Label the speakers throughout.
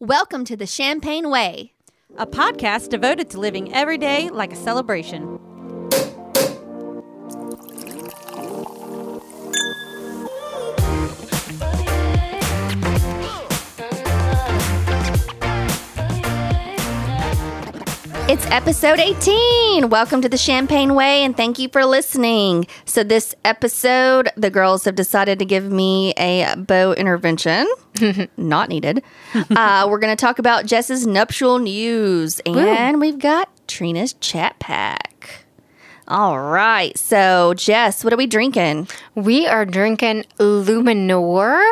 Speaker 1: Welcome to the Champagne Way.
Speaker 2: a podcast devoted to living every day like a celebration.
Speaker 1: It's episode 18. Welcome to the Champagne Way and thank you for listening. So, this episode, the girls have decided to give me a bow intervention. Not needed. Uh, we're going to talk about Jess's nuptial news and we've got Trina's chat pack. All right. So, Jess, what are we drinking?
Speaker 3: We are drinking Luminor,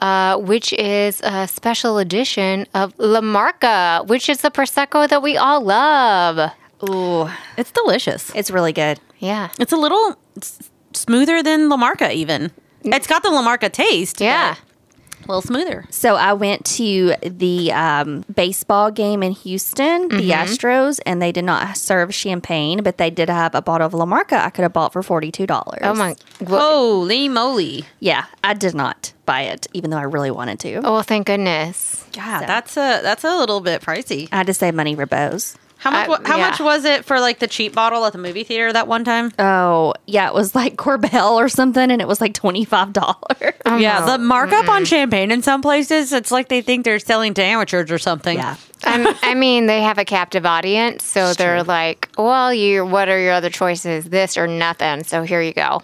Speaker 3: uh, which is a special edition of La Marca, which is the Prosecco that we all love.
Speaker 1: Ooh,
Speaker 2: It's delicious.
Speaker 1: it's really good.
Speaker 3: Yeah.
Speaker 2: It's a little s- smoother than La Marca, even. It's got the La Marca taste.
Speaker 3: Yeah.
Speaker 2: but A little smoother.
Speaker 1: So I went to the um, baseball game in Houston, the
Speaker 3: Mm-hmm.
Speaker 1: Astros, and they did not serve champagne, but they did have a bottle of La Marca I could have bought for $42.
Speaker 3: Oh my. Well,
Speaker 2: Holy moly.
Speaker 1: Yeah, I did not buy it, even though I really wanted to.
Speaker 3: oh, thank goodness.
Speaker 2: Yeah, that's a that's a little bit pricey.
Speaker 1: I had to save money for bows.
Speaker 2: How much?
Speaker 3: I-
Speaker 2: wa- how
Speaker 3: yeah.
Speaker 2: much was it for like the cheap bottle at the movie theater that one time?
Speaker 1: Oh, yeah, it was like Corbell or something, and it was like $25.
Speaker 2: yeah, the markup on champagne in some places, it's like they think they're selling to amateurs or something.
Speaker 1: yeah.
Speaker 3: i I mean, they have a captive audience, so they're like, well, you. what are your other choices? This or nothing. So here you go.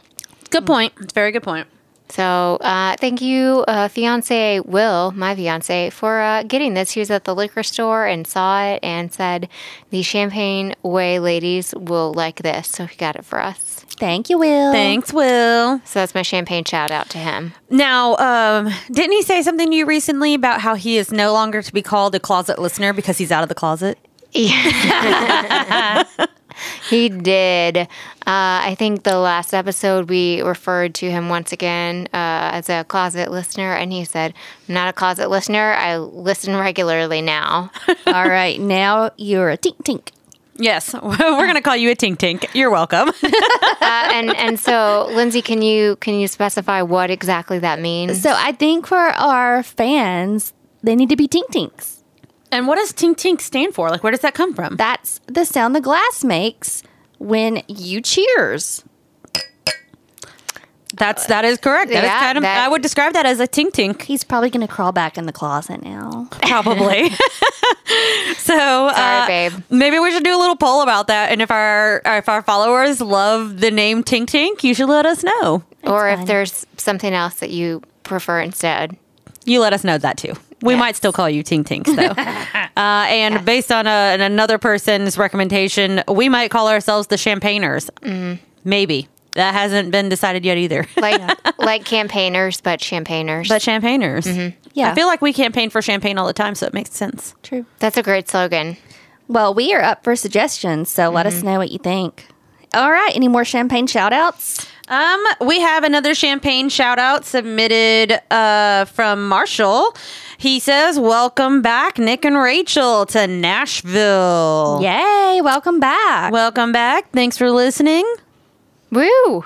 Speaker 2: good point. It's a very good point.
Speaker 3: So uh, thank you, uh, fiance Will, my fiance, for uh, getting this. He was at the liquor store and saw it and said, "The Champagne Way ladies will like this." So he got it for us.
Speaker 1: Thank you, Will.
Speaker 2: Thanks, Will.
Speaker 3: So that's my champagne shout out to him.
Speaker 2: Now, um, didn't he say something to you recently about how he is no longer to be called a closet listener because he's out of the closet?
Speaker 3: He did. Uh, I think the last episode we referred to him once again uh, as a closet listener, and he said, "I'm not a closet listener. I listen regularly now."
Speaker 1: All right, now you're a tink tink.
Speaker 2: Yes, we're going to call you a tink tink. You're welcome.
Speaker 3: uh, and and so, Lindsay, can you can you specify what exactly that means?
Speaker 1: So I think for our fans, they need to be tink tinks.
Speaker 2: and what does tink tink stand for? Like, where does that come from?
Speaker 1: That's the sound the glass makes when you cheers.
Speaker 2: That's that is correct. That is
Speaker 3: Yeah,
Speaker 2: kind of.
Speaker 3: that-
Speaker 2: I would describe that as a tink tink,
Speaker 1: He's probably going to crawl back in the closet now.
Speaker 2: probably. so, uh,
Speaker 3: babe.
Speaker 2: maybe we should do a little poll about that. And if our if our followers love the name tink tink, you should let us know.
Speaker 3: or
Speaker 1: fine.
Speaker 3: if there's something else that you prefer instead.
Speaker 2: You let us know that too. We
Speaker 3: Yes.
Speaker 2: might still call you Tink Tinks though. uh, and based on a, an- another person's recommendation, we might call ourselves the Champagners. Maybe that hasn't been decided yet either.
Speaker 3: Like like campaigners, but champagners.
Speaker 2: but Champagners,
Speaker 1: Yeah.
Speaker 2: Mm-hmm. I feel like we campaign for champagne all the time, so it makes sense.
Speaker 1: True.
Speaker 3: That's a great slogan.
Speaker 1: Well, we are up for suggestions, so let us know what you think. All right, any more champagne shout outs?
Speaker 2: Um, we have another champagne shout out submitted uh, from Marshall. He says, "Welcome back, Nick and Rachel, to
Speaker 1: Oh.
Speaker 2: Nashville.
Speaker 1: Yay, welcome back.
Speaker 2: Welcome back. Thanks for listening."
Speaker 3: Woo!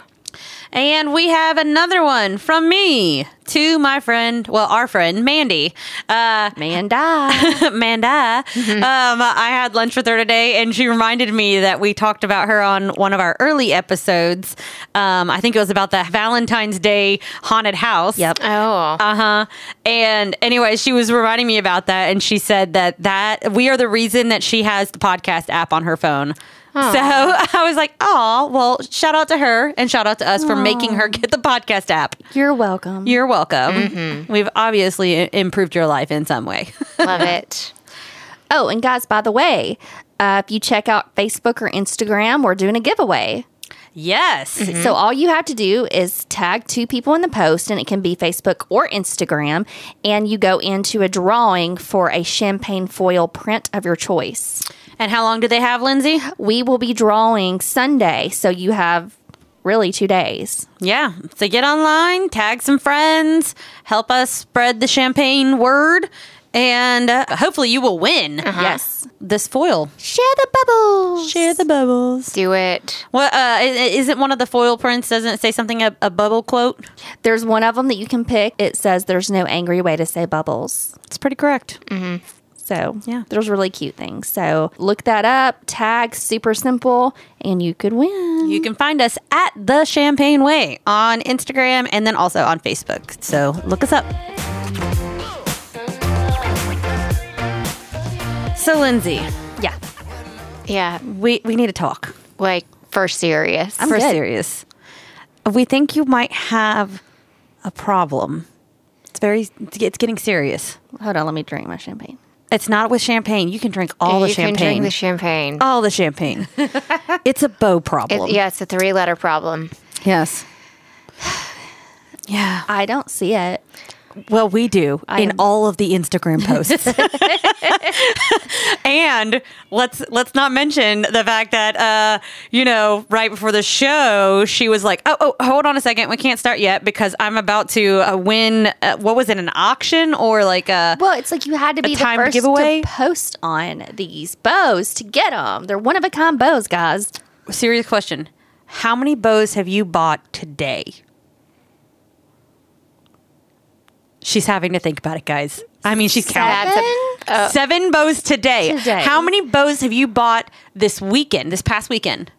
Speaker 2: And we have another one from me to my friend, well, our friend, Mandy. Uh,
Speaker 1: Man die.
Speaker 2: Manda. Um, I had lunch with her today, and she reminded me that we talked about her on one of our early episodes. Um, I think it was about the Valentine's Day haunted house.
Speaker 1: Yep.
Speaker 3: Oh,
Speaker 2: Uh huh. And anyway, she was reminding me about that, and she said that that we are the reason that she has the podcast app on her phone. So I was like, "Oh, well, shout out to her and shout out to us for making her get the podcast app.
Speaker 1: You're welcome.
Speaker 2: You're welcome. We've obviously i- improved your life in some way.
Speaker 3: love it.
Speaker 1: oh, and guys, by the way, uh, if you check out Facebook or Instagram, we're doing a giveaway.
Speaker 2: yes.
Speaker 1: So all you have to do is tag two people in the post, and it can be Facebook or Instagram, and you go into a drawing for a champagne foil print of your choice.
Speaker 2: And how long do they have, Lindsay?
Speaker 1: We will be drawing Sunday, so you have really two days.
Speaker 2: Yeah. So get online, tag some friends, help us spread the champagne word, And uh, hopefully you will win
Speaker 1: Yes.
Speaker 2: this foil.
Speaker 1: Share the bubbles.
Speaker 2: Uh-huh. Share the bubbles.
Speaker 3: Do it.
Speaker 2: What uh, i- i- isn't one of the foil prints? Doesn't it say something a, a bubble quote?
Speaker 1: There's one of them that you can pick. It says there's no angry way to say bubbles.
Speaker 2: It's pretty correct.
Speaker 1: So,
Speaker 2: Yeah.
Speaker 1: there's really cute things. So, look that up, tag super simple, and you could win.
Speaker 2: You can find us at the Champagne Way on Instagram and then also on Facebook. So look us up. So Lindsay,
Speaker 1: Yeah.
Speaker 3: Yeah.
Speaker 2: we, we need to talk.
Speaker 3: Like for serious.
Speaker 2: for
Speaker 1: good.
Speaker 2: serious. We think you might have a problem. It's very it's getting serious.
Speaker 1: Hold on, let me drink my champagne.
Speaker 2: It's not with champagne. You can drink all the
Speaker 3: you
Speaker 2: champagne.
Speaker 3: can drink the champagne.
Speaker 2: all the champagne. it's a bow
Speaker 3: It-
Speaker 2: problem.
Speaker 3: yeah, it's a three letter problem.
Speaker 2: Yes. Yeah.
Speaker 1: I don't see it.
Speaker 2: Well, we do in all of the Instagram posts. and let's let's not mention the fact that uh, you know, right before the show, she was like, "Oh, oh, hold on a second. We can't start yet because I'm about to uh, win uh, what was it, an auction or like a
Speaker 1: Well, it's like you had to be the
Speaker 2: timed
Speaker 1: first
Speaker 2: giveaway?
Speaker 1: to post on these bows to get them. They're one of a kind bows, guys.
Speaker 2: serious question. How many bows have you bought today?" She's having to think about it, guys. I mean, she's counting.
Speaker 3: That's a, uh,
Speaker 2: Seven bows today.
Speaker 1: Today.
Speaker 2: How many bows have you bought this weekend, this past weekend?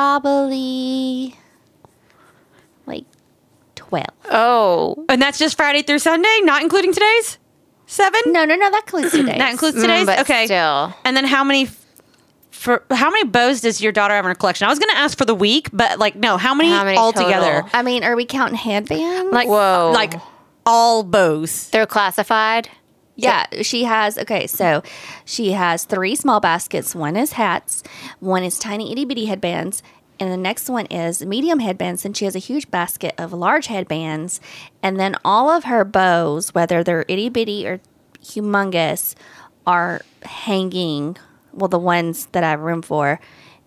Speaker 1: Probably like 12.
Speaker 3: oh,
Speaker 2: And that's just Friday through Sunday, not including today's? Seven?
Speaker 1: No, no, no, that includes today.
Speaker 2: That includes
Speaker 3: Mm,
Speaker 2: today's?
Speaker 3: but
Speaker 2: okay.
Speaker 3: still.
Speaker 2: And then how many for how many bows does your daughter have in her collection? I was gonna ask for the week, but like no, how many,
Speaker 3: How many
Speaker 2: altogether?
Speaker 3: total? Oh.
Speaker 1: I mean, are we counting handbands?
Speaker 2: Like uh,
Speaker 3: Whoa.
Speaker 2: like all bows.
Speaker 3: they're classified.
Speaker 1: Yeah, she has. Okay, so she has three small baskets. One is hats, one is tiny itty bitty headbands, and the next one is medium headbands. And she has a huge basket of large headbands. And then all of her bows, whether they're itty bitty or humongous, are hanging. Well, the ones that I have room for,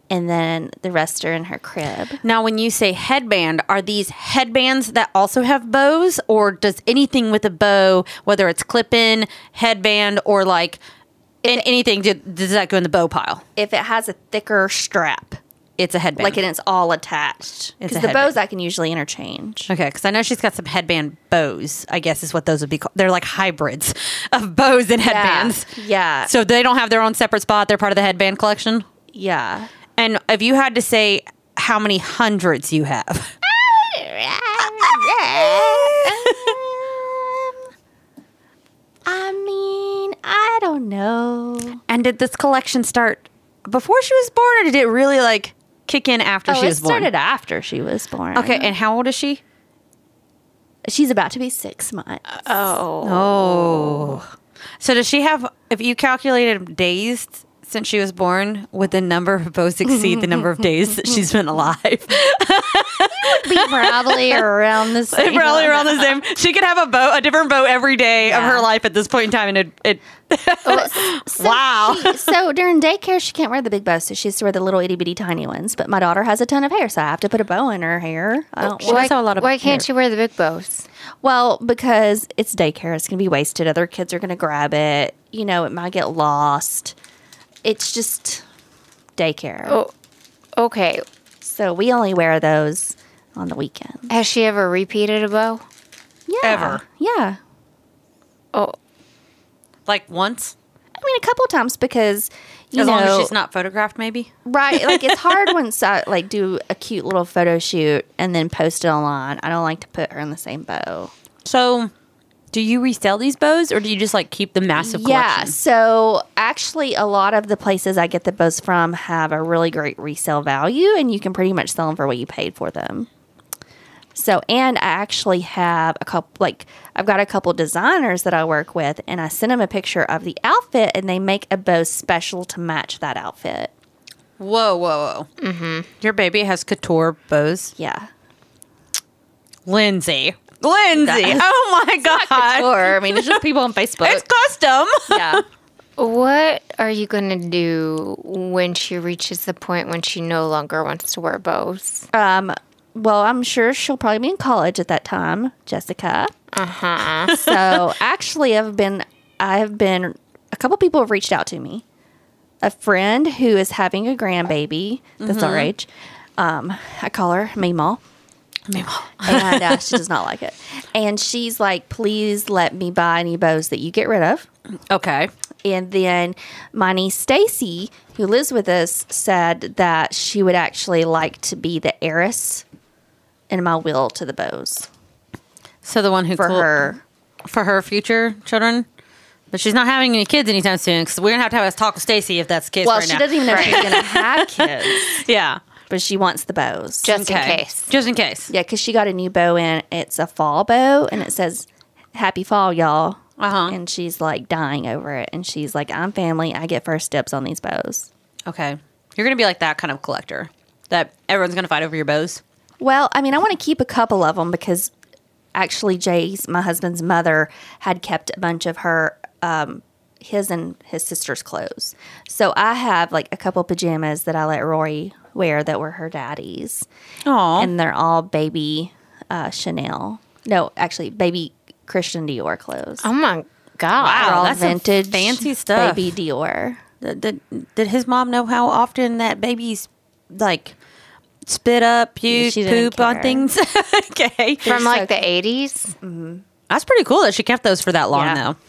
Speaker 1: and then the rest are in her crib.
Speaker 2: Now when you say headband, are these headbands that also have bows or does anything with a bow, whether it's clip-in, headband or like in anything, do- does that go in the bow pile?
Speaker 1: If it has a thicker strap,
Speaker 2: It's a headband.
Speaker 1: like and it's all attached,
Speaker 2: It's
Speaker 1: because
Speaker 2: a
Speaker 1: the
Speaker 2: headband.
Speaker 1: bows I can usually interchange.
Speaker 2: Okay, because I know she's got some headband bows. I guess is what those would be called. They're like hybrids of bows and headbands.
Speaker 1: yeah.
Speaker 2: So they don't have their own separate spot. They're part of the headband collection.
Speaker 1: Yeah.
Speaker 2: And if you had to say how many hundreds you have,
Speaker 1: I mean, I don't know.
Speaker 2: and did this collection start before she was born, or did it really like kick in after she
Speaker 1: Oh, it
Speaker 2: was born?
Speaker 1: started after she was born.
Speaker 2: Okay, and how old is she?
Speaker 1: she's about to be six months.
Speaker 3: Oh,
Speaker 2: Oh, so does she have? If you calculated days since she was born, would the number of bows exceed the number of days that she's been alive?
Speaker 1: probably around the
Speaker 2: They
Speaker 1: same.
Speaker 2: probably around the same. She could have a boat, a different boat every day of
Speaker 1: Yeah.
Speaker 2: her life at this point in time, and it. it
Speaker 1: So
Speaker 2: wow.
Speaker 1: she- so during daycare, she can't wear the big bow, so she has to wear the little itty bitty tiny ones. But my daughter has a ton of hair, so I have to put a bow in her hair. I don't
Speaker 2: She
Speaker 1: want-
Speaker 2: does have a lot of
Speaker 3: why can't
Speaker 2: hair.
Speaker 3: you wear the big bows?
Speaker 1: Well, because it's daycare, it's going to be wasted. Other kids are going to grab it. You know, it might get lost. It's just daycare.
Speaker 3: Oh, okay.
Speaker 1: So we only wear those on the weekend.
Speaker 3: Has she ever repeated a bow?
Speaker 1: Yeah.
Speaker 2: Ever.
Speaker 1: Yeah.
Speaker 3: Oh,
Speaker 2: like once,
Speaker 1: I mean, a couple times because, you
Speaker 2: as
Speaker 1: know,
Speaker 2: long as she's not photographed, maybe.
Speaker 1: right. Like, it's hard once I, like, do a cute little photo shoot and then post it online. I don't like to put her in the same bow.
Speaker 2: So, do you resell these bows, or do you just like keep the massive
Speaker 1: Yeah.
Speaker 2: collection?
Speaker 1: So actually, a lot of the places I get the bows from have a really great resale value, and you can pretty much sell them for what you paid for them. So, and I actually have a couple, like, I've got a couple designers that I work with, and I send them a picture of the outfit, and they make a bow special to match that outfit.
Speaker 2: Whoa, whoa, whoa!
Speaker 1: Mm-hmm.
Speaker 2: Your baby has couture bows,
Speaker 1: Yeah.
Speaker 2: Lindsay. Lindsay,
Speaker 1: That's-
Speaker 2: oh my god,
Speaker 1: Or, I mean, it's just people on Facebook.
Speaker 2: it's custom.
Speaker 1: yeah.
Speaker 3: what are you gonna do when she reaches the point when she no longer wants to wear bows?
Speaker 1: Um, well, I'm sure she'll probably be in college at that time, Jessica. so actually, I've been I've been a couple people have reached out to me. A friend who is having a grandbaby that's our age. Um, I call her Meemaw and uh, she does not like it. And she's like, please let me buy any bows that you get rid of.
Speaker 2: Okay.
Speaker 1: And then my niece Stacy, who lives with us, said that she would actually like to be the heiress in my will to the bows
Speaker 2: So the one who
Speaker 1: for
Speaker 2: col-
Speaker 1: her.
Speaker 2: for her future children. But she's not having any kids anytime soon because we're gonna have to have a talk with Stacy if that's the case.
Speaker 1: Well,
Speaker 2: right
Speaker 1: she
Speaker 2: now.
Speaker 1: doesn't even know if she's going to have kids,
Speaker 2: Yeah,
Speaker 1: but she wants the bows.
Speaker 3: Just
Speaker 2: Okay.
Speaker 3: in case.
Speaker 2: Just in case.
Speaker 1: yeah, because she got a new bow in. It's a fall bow, and it says "Happy Fall, y'all."
Speaker 2: Uh-huh.
Speaker 1: And she's like dying over it, and she's like, "I'm family. I get first dibs on these bows."
Speaker 2: Okay. You're gonna be like that kind of collector that everyone's gonna fight over your bows.
Speaker 1: Well, I mean, I want to keep a couple of them because actually, Jay's my husband's mother had kept a bunch of her, um, his and his sister's clothes. So I have like a couple pajamas that I let Rory wear that were her daddy's,
Speaker 2: Oh,
Speaker 1: and they're all baby uh, Chanel. No, actually, baby Christian Dior clothes.
Speaker 3: Oh my God.
Speaker 1: they're
Speaker 2: Wow.
Speaker 1: all
Speaker 2: that's some
Speaker 1: vintage,
Speaker 2: fancy stuff.
Speaker 1: Baby Dior.
Speaker 2: did, did his mom know how often that baby's like spit up, puke,
Speaker 1: she didn't
Speaker 2: poop on
Speaker 1: care.
Speaker 2: things? okay,
Speaker 3: From like the 80s?
Speaker 2: that's pretty cool that she kept those for that long
Speaker 1: Yeah. Uh,
Speaker 2: though.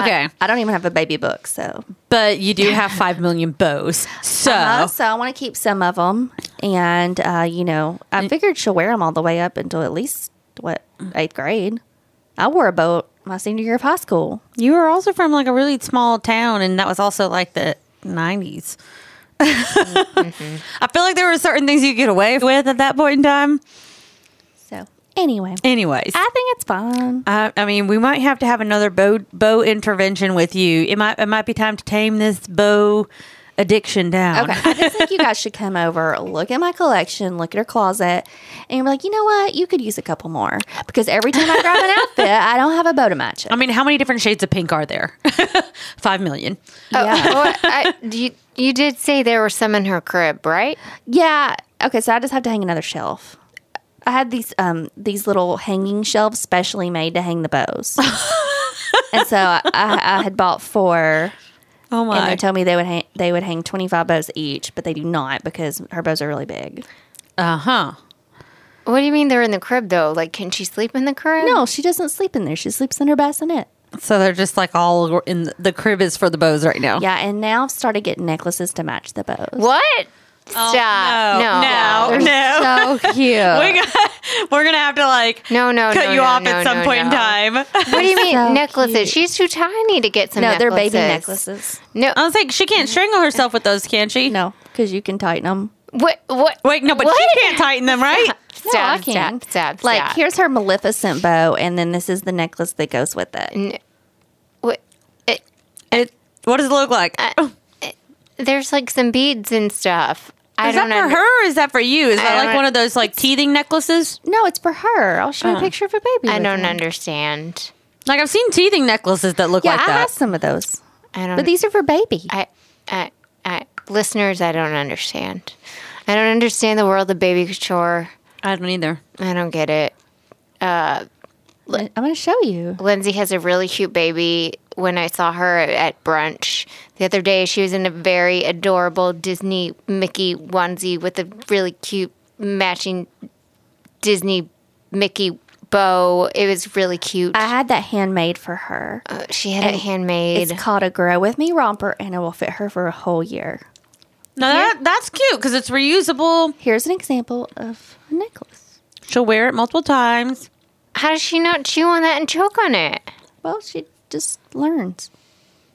Speaker 2: Okay,
Speaker 1: I don't even have a baby book, so
Speaker 2: but you do have five million bows, so
Speaker 1: Uh, so I want to keep some of them, and uh, you know, I figured she'll wear them all the way up until at least what eighth grade. I wore a bow my senior year of high school.
Speaker 2: you were also from like a really small town, and that was also like the nineties.
Speaker 1: Mm-hmm.
Speaker 2: I feel like there were certain things you could get away with at that point in time.
Speaker 1: So anyway,
Speaker 2: Anyways,
Speaker 1: I think it's fun.
Speaker 2: I, I mean, we might have to have another bow bow intervention with you. It might it might be time to tame this bow addiction down.
Speaker 1: Okay, I just think you guys should come over, look at my collection, look at her closet, and you're like, you know what? You could use a couple more because every time I grab an outfit, I don't have a bow to match it.
Speaker 2: I mean, how many different shades of pink are there? Five million.
Speaker 3: Oh,
Speaker 1: Yeah.
Speaker 3: well, I- you, you did say there were some in her crib, right?
Speaker 1: Yeah. Okay, so I just have to hang another shelf. I had these um these little hanging shelves specially made to hang the bows. and so I, I had bought four
Speaker 2: Oh
Speaker 1: and they
Speaker 2: my!
Speaker 1: told me they would hang they would hang 25 bows each, but they do not because her bows are really big.
Speaker 2: Uh huh.
Speaker 3: What do you mean they're in the crib though? Like, can she sleep in the crib?
Speaker 1: No, she doesn't sleep in there. She sleeps in her bassinet.
Speaker 2: So they're just like all in the, the crib is for the bows right now.
Speaker 1: Yeah, and now I've started getting necklaces to match the bows.
Speaker 3: What? Stop.
Speaker 2: Oh, no,
Speaker 3: no.
Speaker 2: no.
Speaker 1: They're so cute.
Speaker 2: We're gonna, we're gonna have to like
Speaker 3: No, no,
Speaker 2: cut
Speaker 3: no,
Speaker 2: you
Speaker 3: no,
Speaker 2: off
Speaker 3: no,
Speaker 2: at some
Speaker 3: no,
Speaker 2: point in
Speaker 3: no.
Speaker 2: time. I
Speaker 3: What do you mean
Speaker 1: so
Speaker 3: necklaces?
Speaker 1: cute.
Speaker 3: She's too tiny to get some
Speaker 1: no, they're
Speaker 3: necklaces.
Speaker 1: baby necklaces.
Speaker 3: No.
Speaker 2: was like, she can't strangle herself with those, can she?
Speaker 1: No, because you can tighten them.
Speaker 3: what? What?
Speaker 2: Wait, no, but
Speaker 3: what?
Speaker 2: she can't tighten them, right?
Speaker 3: Stop, Stop, stop,
Speaker 1: Like
Speaker 3: stop.
Speaker 1: here's her Maleficent bow, and then this is the necklace that goes with it.
Speaker 3: What? It,
Speaker 2: It, what does it look like?
Speaker 3: there's like some beads and stuff. I
Speaker 2: is that
Speaker 3: don't
Speaker 2: for
Speaker 3: under-
Speaker 2: her or is that for you? Is that
Speaker 3: don't
Speaker 2: like
Speaker 3: know.
Speaker 2: one of those like teething necklaces?
Speaker 1: No, it's for her. I'll show you a picture of a baby.
Speaker 3: I
Speaker 1: with
Speaker 3: don't
Speaker 1: it.
Speaker 3: understand.
Speaker 2: Like I've seen teething necklaces that look
Speaker 1: Yeah,
Speaker 2: like
Speaker 1: I have
Speaker 2: that.
Speaker 1: some of those,
Speaker 3: I don't.
Speaker 1: but these are for baby.
Speaker 3: I, I, I, listeners, I don't understand. I don't understand the world of baby couture.
Speaker 2: I don't either.
Speaker 3: I don't get it.
Speaker 1: I'm going to show you.
Speaker 3: Lindsay has a really cute baby. When I saw her at brunch the other day, she was in a very adorable Disney Mickey onesie with a really cute matching Disney Mickey bow. It was really cute.
Speaker 1: I had that handmade for her.
Speaker 3: Uh, she had it handmade.
Speaker 1: It's called a grow with me romper, and it will fit her for a whole year.
Speaker 2: No, that, that's cute because it's reusable.
Speaker 1: Here's an example of a necklace.
Speaker 2: She'll wear it multiple times.
Speaker 3: How does she not chew on that and choke on it?
Speaker 1: Well, she just learns.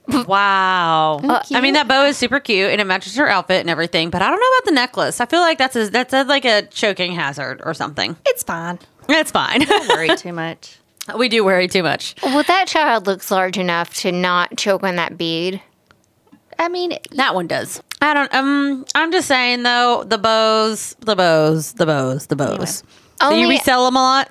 Speaker 2: Wow. Uh,
Speaker 1: Isn't it
Speaker 2: I
Speaker 1: cute?
Speaker 2: mean, that bow is super cute and it matches her outfit and everything, but I don't know about the necklace. I feel like that's a, that's a, like a choking hazard or something.
Speaker 1: It's fine.
Speaker 2: That's fine.
Speaker 1: Don't worry too much.
Speaker 2: we do worry too much.
Speaker 3: Well, that child looks large enough to not choke on that bead.
Speaker 1: I mean,
Speaker 2: That one does. I don't. Um, I'm just saying though, the bows, the bows, the bows, the bows. Do you
Speaker 3: Only-
Speaker 2: resell them a lot?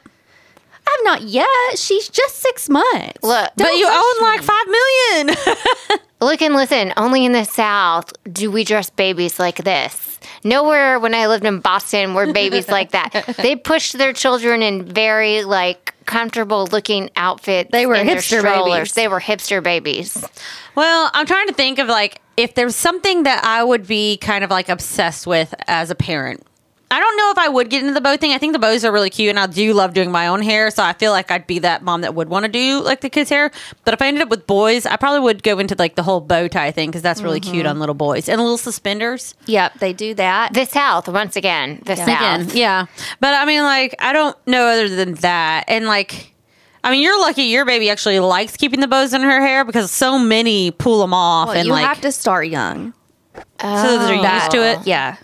Speaker 1: I'm not yet. She's just six months.
Speaker 3: Look,
Speaker 2: but you own like five million.
Speaker 3: Look and listen, only in the South do we dress babies like this. Nowhere when I lived in Boston were babies like that. They pushed their children in very like comfortable looking outfits.
Speaker 1: They were
Speaker 3: in their
Speaker 1: hipster
Speaker 3: strollers.
Speaker 1: babies.
Speaker 3: They were hipster babies.
Speaker 2: Well, I'm trying to think of like if there's something that I would be kind of like obsessed with as a parent. I don't know if I would get into the bow thing. I think the bows are really cute and I do love doing my own hair. So I feel like I'd be that mom that would want to do like the kids' hair. But if I ended up with boys, I probably would go into like the whole bow tie thing because that's really cute on little boys and little suspenders.
Speaker 1: Yep, they do that.
Speaker 3: The South, once again, the South.
Speaker 2: Again, yeah. But I mean, like, I don't know other than that. And like, I mean, you're lucky your baby actually likes keeping the bows in her hair because so many pull them off
Speaker 1: Well,
Speaker 2: and
Speaker 1: you
Speaker 2: like
Speaker 1: have to start young.
Speaker 2: so that they're used to it.
Speaker 1: Yeah.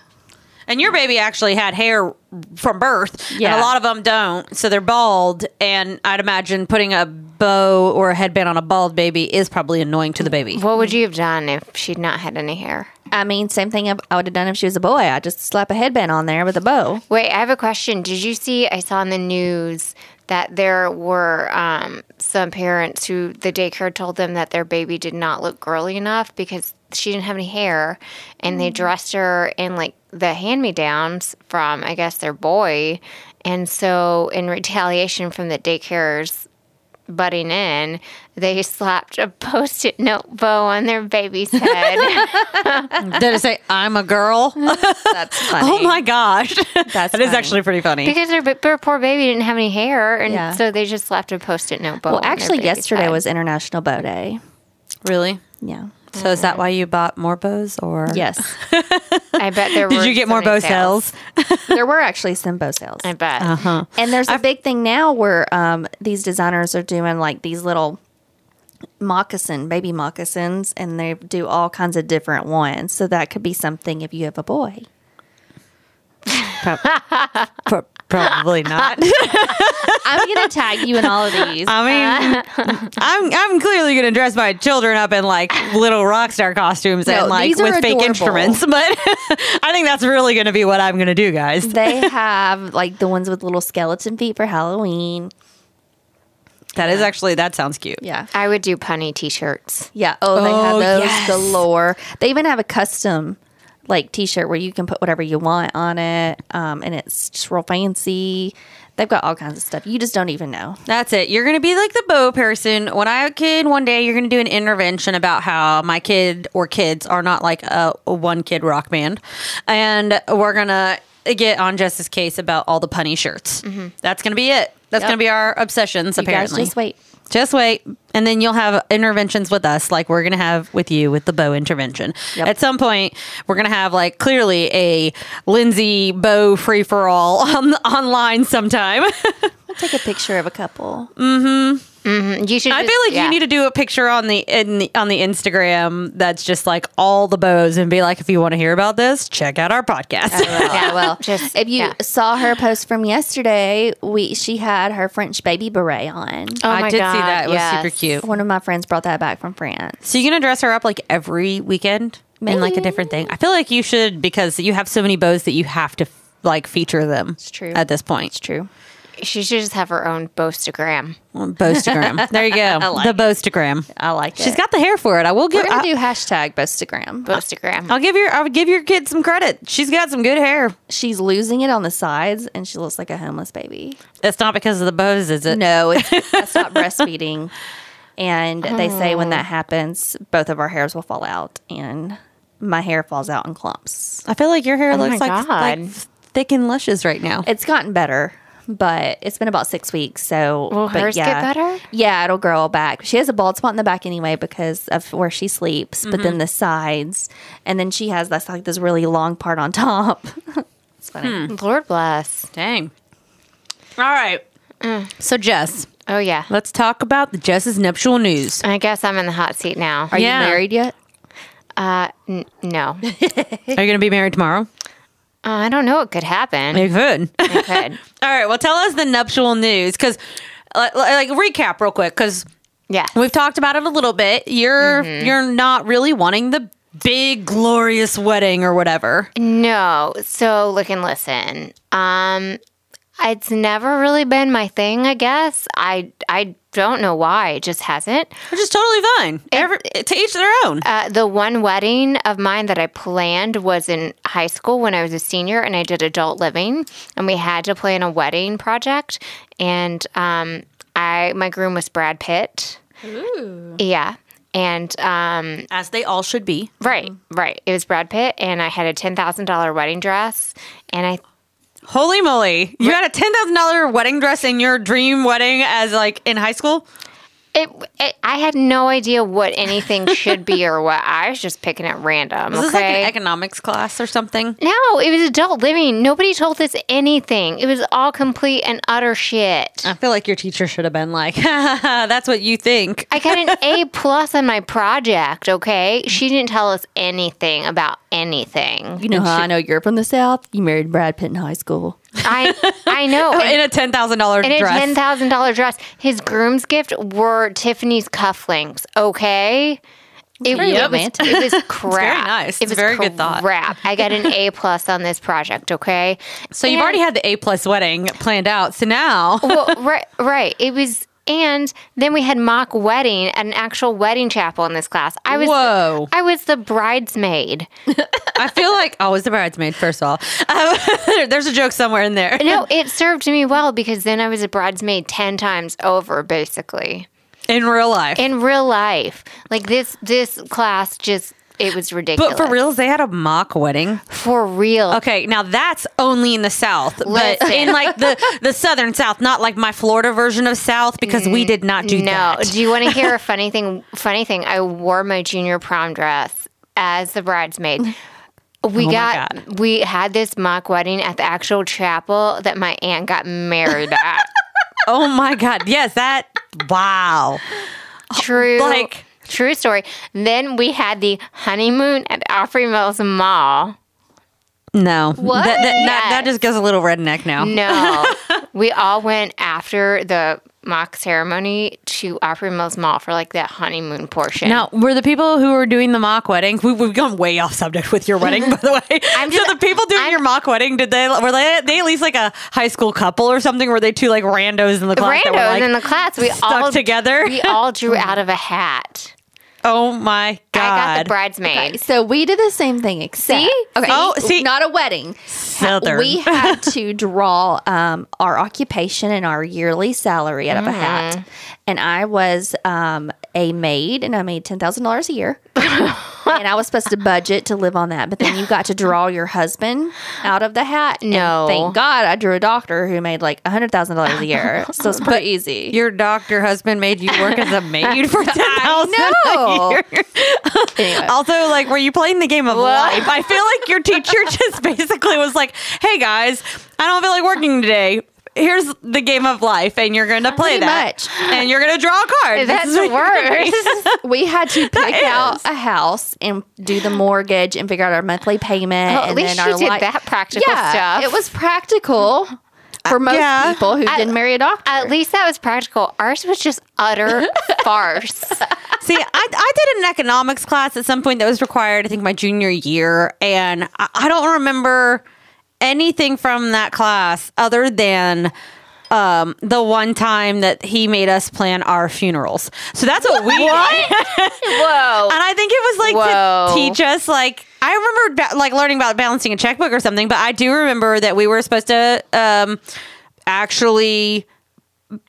Speaker 2: And your baby actually had hair from birth, and
Speaker 1: Yeah.
Speaker 2: a lot of them don't, so they're bald. And I'd imagine putting a bow or a headband on a bald baby is probably annoying to the baby.
Speaker 3: What would you have done if she'd not had any hair?
Speaker 1: I mean, same thing I would have done if she was a boy. I just slap a headband on there with a bow.
Speaker 3: Wait, I have a question. Did you see? I saw in the news that there were um, some parents who the daycare told them that their baby did not look girly enough because she didn't have any hair, and they dressed her in like the hand me downs from, I guess, their boy. And so, in retaliation from the daycare's butting in, they slapped a post it note bow on their baby's head.
Speaker 2: Did it say I'm a girl?
Speaker 1: That's funny.
Speaker 2: oh my gosh,
Speaker 1: That's
Speaker 2: that is
Speaker 1: funny.
Speaker 2: actually pretty funny.
Speaker 3: Because their, ba- their poor baby didn't have any hair, and
Speaker 1: Yeah.
Speaker 3: so they just left a post-it note bow.
Speaker 1: Well,
Speaker 3: on their
Speaker 1: actually,
Speaker 3: baby's
Speaker 1: yesterday
Speaker 3: head.
Speaker 1: was International Bow Day.
Speaker 2: really?
Speaker 1: Yeah.
Speaker 2: So is that why you bought more bows, or
Speaker 1: Yes.
Speaker 3: I bet there.
Speaker 2: Did
Speaker 3: were
Speaker 2: you get
Speaker 3: so
Speaker 2: more bow
Speaker 3: many
Speaker 2: sales? Uh-huh.
Speaker 1: there were actually some bow sales.
Speaker 3: I bet.
Speaker 1: And there's a big thing now where um, these designers are doing like these little moccasin, baby moccasins, and they do all kinds of different ones. So that could be something if you have a boy.
Speaker 2: Pro- probably not.
Speaker 1: I'm going to tag you in all of these.
Speaker 2: I mean, I'm I'm clearly going to dress my children up in like little rock star costumes
Speaker 1: No,
Speaker 2: and like
Speaker 1: these are
Speaker 2: with fake
Speaker 1: adorable.
Speaker 2: instruments, but I think that's really going to be what I'm going to do, guys.
Speaker 1: they have like the ones with little skeleton feet for Halloween.
Speaker 2: That is actually that sounds cute.
Speaker 1: Yeah.
Speaker 3: I would do punny T-shirts.
Speaker 1: Yeah. Oh, they have
Speaker 2: Oh,
Speaker 1: those
Speaker 2: yes.
Speaker 1: galore. They even have a custom like t-shirt where you can put whatever you want on it um, and it's just real fancy. They've got all kinds of stuff. You just don't even know.
Speaker 2: That's it. You're going to be like the bow person. When I have a kid, one day you're going to do an intervention about how my kid or kids are not like a, a one kid rock band. And we're going to get on Jess's case about all the punny shirts. That's going to be it. That's
Speaker 1: Mm-hmm. Yep.
Speaker 2: going to be our obsessions,
Speaker 1: You guys
Speaker 2: apparently.
Speaker 1: just wait.
Speaker 2: Just wait, and then you'll have interventions with us, like we're gonna have with you with the bow intervention.
Speaker 1: Yep.
Speaker 2: At some point, we're gonna have like clearly a Lindsay bow free for all on online sometime. I feel
Speaker 1: Take a picture of a couple.
Speaker 3: Mm, You should.
Speaker 2: like you need to do a picture on the in the, on the Instagram that's just like all the bows, and be like, if you want to hear about this, check out our podcast.
Speaker 3: Yeah, well, just
Speaker 1: If you
Speaker 3: yeah.
Speaker 1: saw her post from yesterday, we she had her French baby beret on.
Speaker 3: Oh
Speaker 2: I
Speaker 3: my
Speaker 2: did see
Speaker 3: God,
Speaker 2: that; it was
Speaker 3: yes.
Speaker 2: super cute.
Speaker 1: One of my friends brought that back from France.
Speaker 2: So you're gonna dress her up like every weekend in like a different thing. I feel like you should because you have so many bows that you have to like feature them. It's
Speaker 1: true.
Speaker 2: At this point, it's
Speaker 1: True.
Speaker 3: she should just have her own
Speaker 2: Uh,
Speaker 3: Bostagram.
Speaker 2: Bostagram. there you go. the Bostagram.
Speaker 1: I like
Speaker 2: She's
Speaker 1: it.
Speaker 2: got the hair for it. I will give.
Speaker 1: We're
Speaker 2: I,
Speaker 1: gonna do hashtag Bostagram.
Speaker 3: Bostagram.
Speaker 2: I'll give your. I would give your kid some credit. She's got some good hair.
Speaker 1: She's losing it on the sides, and she looks like a homeless baby.
Speaker 2: It's not because of the bows, is it?
Speaker 1: No, it's, that's not breastfeeding. And they say when that happens, both of our hairs will fall out, and my hair falls out in clumps.
Speaker 2: I feel like your hair looks
Speaker 3: my
Speaker 2: like, like
Speaker 3: God.
Speaker 2: thick and luscious right now.
Speaker 1: It's gotten better, but it's been about six weeks. So
Speaker 3: Will
Speaker 1: but
Speaker 3: hers get better?
Speaker 1: Yeah, it'll grow back. She has a bald spot in the back anyway because of where she sleeps, but then the sides, and then she has that's like this really long part on top. it's funny.
Speaker 3: Lord bless.
Speaker 2: Dang. All right. So Jess,
Speaker 3: Oh yeah.
Speaker 2: let's talk about the Jess's nuptial news.
Speaker 3: I guess I'm in the hot seat now.
Speaker 1: Are
Speaker 2: Yeah.
Speaker 1: you married yet?
Speaker 3: Uh, n- no, uh,
Speaker 2: Are you going to be married tomorrow?
Speaker 3: I don't know. It could happen.
Speaker 2: You could.
Speaker 3: I could.
Speaker 2: All right. Well, tell us the nuptial news because, like, recap real quick because
Speaker 3: Yeah.
Speaker 2: we've talked about it a little bit. You're
Speaker 3: Mm-hmm.
Speaker 2: you're not really wanting the big glorious wedding or whatever.
Speaker 3: No. So look and listen. Um, It's never really been my thing, I guess. I I don't know why. It just hasn't.
Speaker 2: Which is totally fine. Every, to each their own.
Speaker 3: Uh, the one wedding of mine that I planned was in high school when I was a senior and I did adult living and we had to plan a wedding project and um, I my groom was Brad Pitt. Yeah. And um,
Speaker 2: As they all should be.
Speaker 3: right, right. It was Brad Pitt and I had a $10,000 wedding dress and I
Speaker 2: Holy moly. You had a $10,000 wedding dress in your dream wedding as like in high school?
Speaker 3: It, it, I had no idea what anything should be or what. I was just picking at random.
Speaker 2: Was
Speaker 3: okay.
Speaker 2: this like an economics class or something?
Speaker 3: no, it was adult living. Nobody told us anything. It was all complete and utter shit.
Speaker 2: I feel like your teacher should have been like, that's what you think.
Speaker 3: I got an A plus on my project. Okay, she didn't tell us anything about anything.
Speaker 1: You know how I know you're from the South? You married Brad Pitt in high school.
Speaker 3: I I know.
Speaker 2: In a $10,000
Speaker 3: and a
Speaker 2: dress.
Speaker 3: ten thousand dollar dress. His groom's gift were Tiffany's cufflinks. Okay, it,
Speaker 1: very
Speaker 3: it
Speaker 1: romantic.
Speaker 3: Was, it was crap.
Speaker 2: nice.
Speaker 3: It
Speaker 2: It's
Speaker 3: was
Speaker 2: very good thought.
Speaker 3: Crap. I got an A plus on this project. Okay,
Speaker 2: so you've
Speaker 3: And-
Speaker 2: already had the A plus wedding planned out. So now.
Speaker 3: well, right, right. It was. And then we had mock wedding, at an actual wedding chapel in this class. I was,
Speaker 2: Whoa.
Speaker 3: I was the bridesmaid.
Speaker 2: I feel like always the bridesmaid, first of all. Um, there's a joke somewhere in there.
Speaker 3: No, it served me well because then I was a bridesmaid ten times over, basically.
Speaker 2: In real life.
Speaker 3: in real life. Like this this class just it was ridiculous.
Speaker 2: but for reals, they had a mock wedding.
Speaker 3: For real.
Speaker 2: Okay, now that's only in the South, but
Speaker 3: Listen.
Speaker 2: in like the the Southern South, not like my Florida version of South, because we did not do
Speaker 3: no.
Speaker 2: that.
Speaker 3: Do you want to hear a funny thing? Funny thing. I wore my junior prom dress as the bridesmaid.
Speaker 2: Oh
Speaker 3: We got we had this mock wedding at the actual chapel that my aunt got married at.
Speaker 2: Oh my God! Yes, that wow.
Speaker 3: True.
Speaker 2: Oh, Like-
Speaker 3: True story. Then we had the honeymoon at Opry Mills Mall.
Speaker 2: No,
Speaker 1: What?
Speaker 2: That, that, that, that just goes a little redneck now.
Speaker 3: No, we all went after the mock ceremony to Opry Mills Mall for like that honeymoon portion.
Speaker 2: Now, were the people who were doing the mock wedding? We, we've gone way off subject with your wedding, by the way.
Speaker 3: I'm
Speaker 2: so
Speaker 3: just-
Speaker 2: the people doing
Speaker 3: I'm-
Speaker 2: your mock wedding, did they were they, they at least like a high school couple or something? Were they two like randos in the class? that
Speaker 3: randos
Speaker 2: were, like,
Speaker 3: in the class, we
Speaker 2: stuck
Speaker 3: all
Speaker 2: together?
Speaker 3: We all drew out of a hat.
Speaker 2: oh my god!
Speaker 3: I got the bridesmaid.
Speaker 1: So we did the same thing, except
Speaker 3: See?
Speaker 1: okay,
Speaker 2: Oh, see-
Speaker 1: not a wedding.
Speaker 2: Southern.
Speaker 1: We had to draw um, our occupation and our yearly salary out of
Speaker 2: Mm-hmm.
Speaker 1: a hat, and I was um, a maid, and I made ten thousand dollars a year, and I was supposed to budget to live on that. But then you got to draw your husband out of the hat. and
Speaker 3: No.
Speaker 1: thank God I drew a doctor who made like hundred thousand dollars a year, so it's pretty easy.
Speaker 2: Your doctor husband made you work as a maid for ten thousand
Speaker 1: know.
Speaker 2: a year. also, like, were you playing the game of life? I feel like your teacher just basically was like, "Hey guys, I don't feel like working today. Here's the game of life, and you're going to play
Speaker 1: Pretty
Speaker 2: that,
Speaker 1: much.
Speaker 2: and you're going to draw a card."
Speaker 3: That's
Speaker 2: This is
Speaker 3: the
Speaker 2: what you're doing.
Speaker 3: worst.
Speaker 1: we had to pick
Speaker 2: is.
Speaker 1: out a house and do the mortgage and figure out our monthly payment.
Speaker 3: Well, Oh, at
Speaker 1: and
Speaker 3: least
Speaker 1: then
Speaker 3: you
Speaker 1: our
Speaker 3: did
Speaker 1: li-
Speaker 3: that practical
Speaker 1: yeah,
Speaker 3: stuff.
Speaker 1: It was practical for most
Speaker 2: yeah.
Speaker 1: people who
Speaker 3: I-
Speaker 1: didn't marry a doctor.
Speaker 3: At least that was practical. Ours was just utter farce.
Speaker 2: See, I, I did an economics class at some point that was required, I think my junior year. And I, I don't remember anything from that class other than um, the one time that he made us plan our funerals. So that's what we did.
Speaker 3: Whoa.
Speaker 2: And I think it was like
Speaker 3: Whoa.
Speaker 2: to teach us like I remember ba- like learning about balancing a checkbook or something, but I do remember that we were supposed to um actually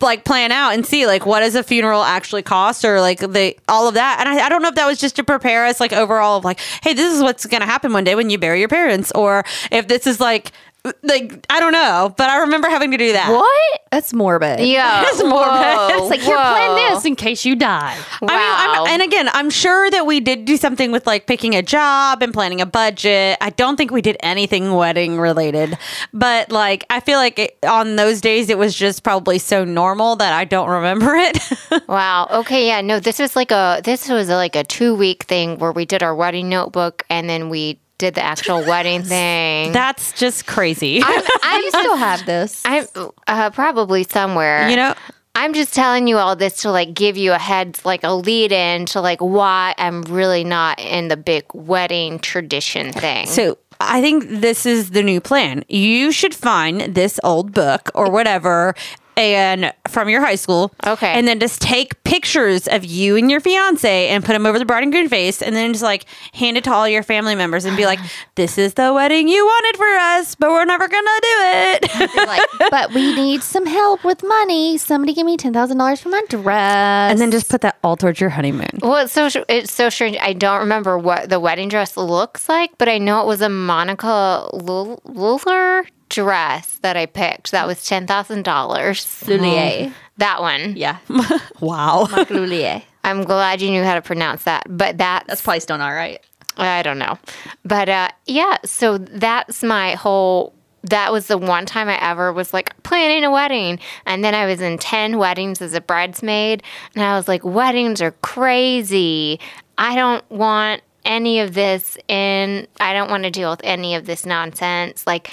Speaker 2: like plan out and see like what does a funeral actually cost or like the all of that and I, I don't know if that was just to prepare us like overall of like hey this is what's gonna happen one day when you bury your parents or if this is like like I don't know but I remember having to do that
Speaker 1: what? That's morbid.
Speaker 3: Yo.
Speaker 2: It's morbid.
Speaker 1: It's like here, plan this in case you die.
Speaker 2: I mean,
Speaker 3: Wow.
Speaker 2: I'm, and again, I'm sure that we did do something with like picking a job and planning a budget. I don't think we did anything wedding related, but like I feel like it, on those days it was just probably so normal that I don't remember it.
Speaker 3: Wow. Okay. Yeah. No. This was like a this was like a two week thing where we did our wedding notebook and then we did the actual wedding thing.
Speaker 2: That's just crazy.
Speaker 1: I you still have this.
Speaker 3: I'm uh, probably somewhere.
Speaker 2: you know,
Speaker 3: I'm just telling you all this to like give you a heads like a lead in to like why I'm really not in the big wedding tradition thing.
Speaker 2: so I think this is the new plan. You should find this old book or whatever and from your high school.
Speaker 3: Okay.
Speaker 2: And then just take pictures of you and your fiance and put them over the bride and groom face and then just like hand it to all your family members and be like, this is the wedding you wanted for us, but we're never going to do it.
Speaker 1: Like, but we need some help with money. Somebody give me ten thousand dollars for my dress.
Speaker 2: and then just put that all towards your honeymoon.
Speaker 3: Well, it's so it's so strange. I don't remember what the wedding dress looks like, but I know it was a Monica Lul- Luller dress that I picked. That was ten thousand dollars.
Speaker 1: Lulier.
Speaker 3: That one.
Speaker 1: Yeah,
Speaker 2: Wow.
Speaker 1: Lulier.
Speaker 3: I'm glad you knew how to pronounce that, but that
Speaker 1: That's probably still not right.
Speaker 3: I don't know, but uh, yeah. So that's my whole. That was the one time I ever was like planning a wedding, and then I was in ten weddings as a bridesmaid, and I was like, weddings are crazy. I don't want any of this, and I don't want to deal with any of this nonsense. Like,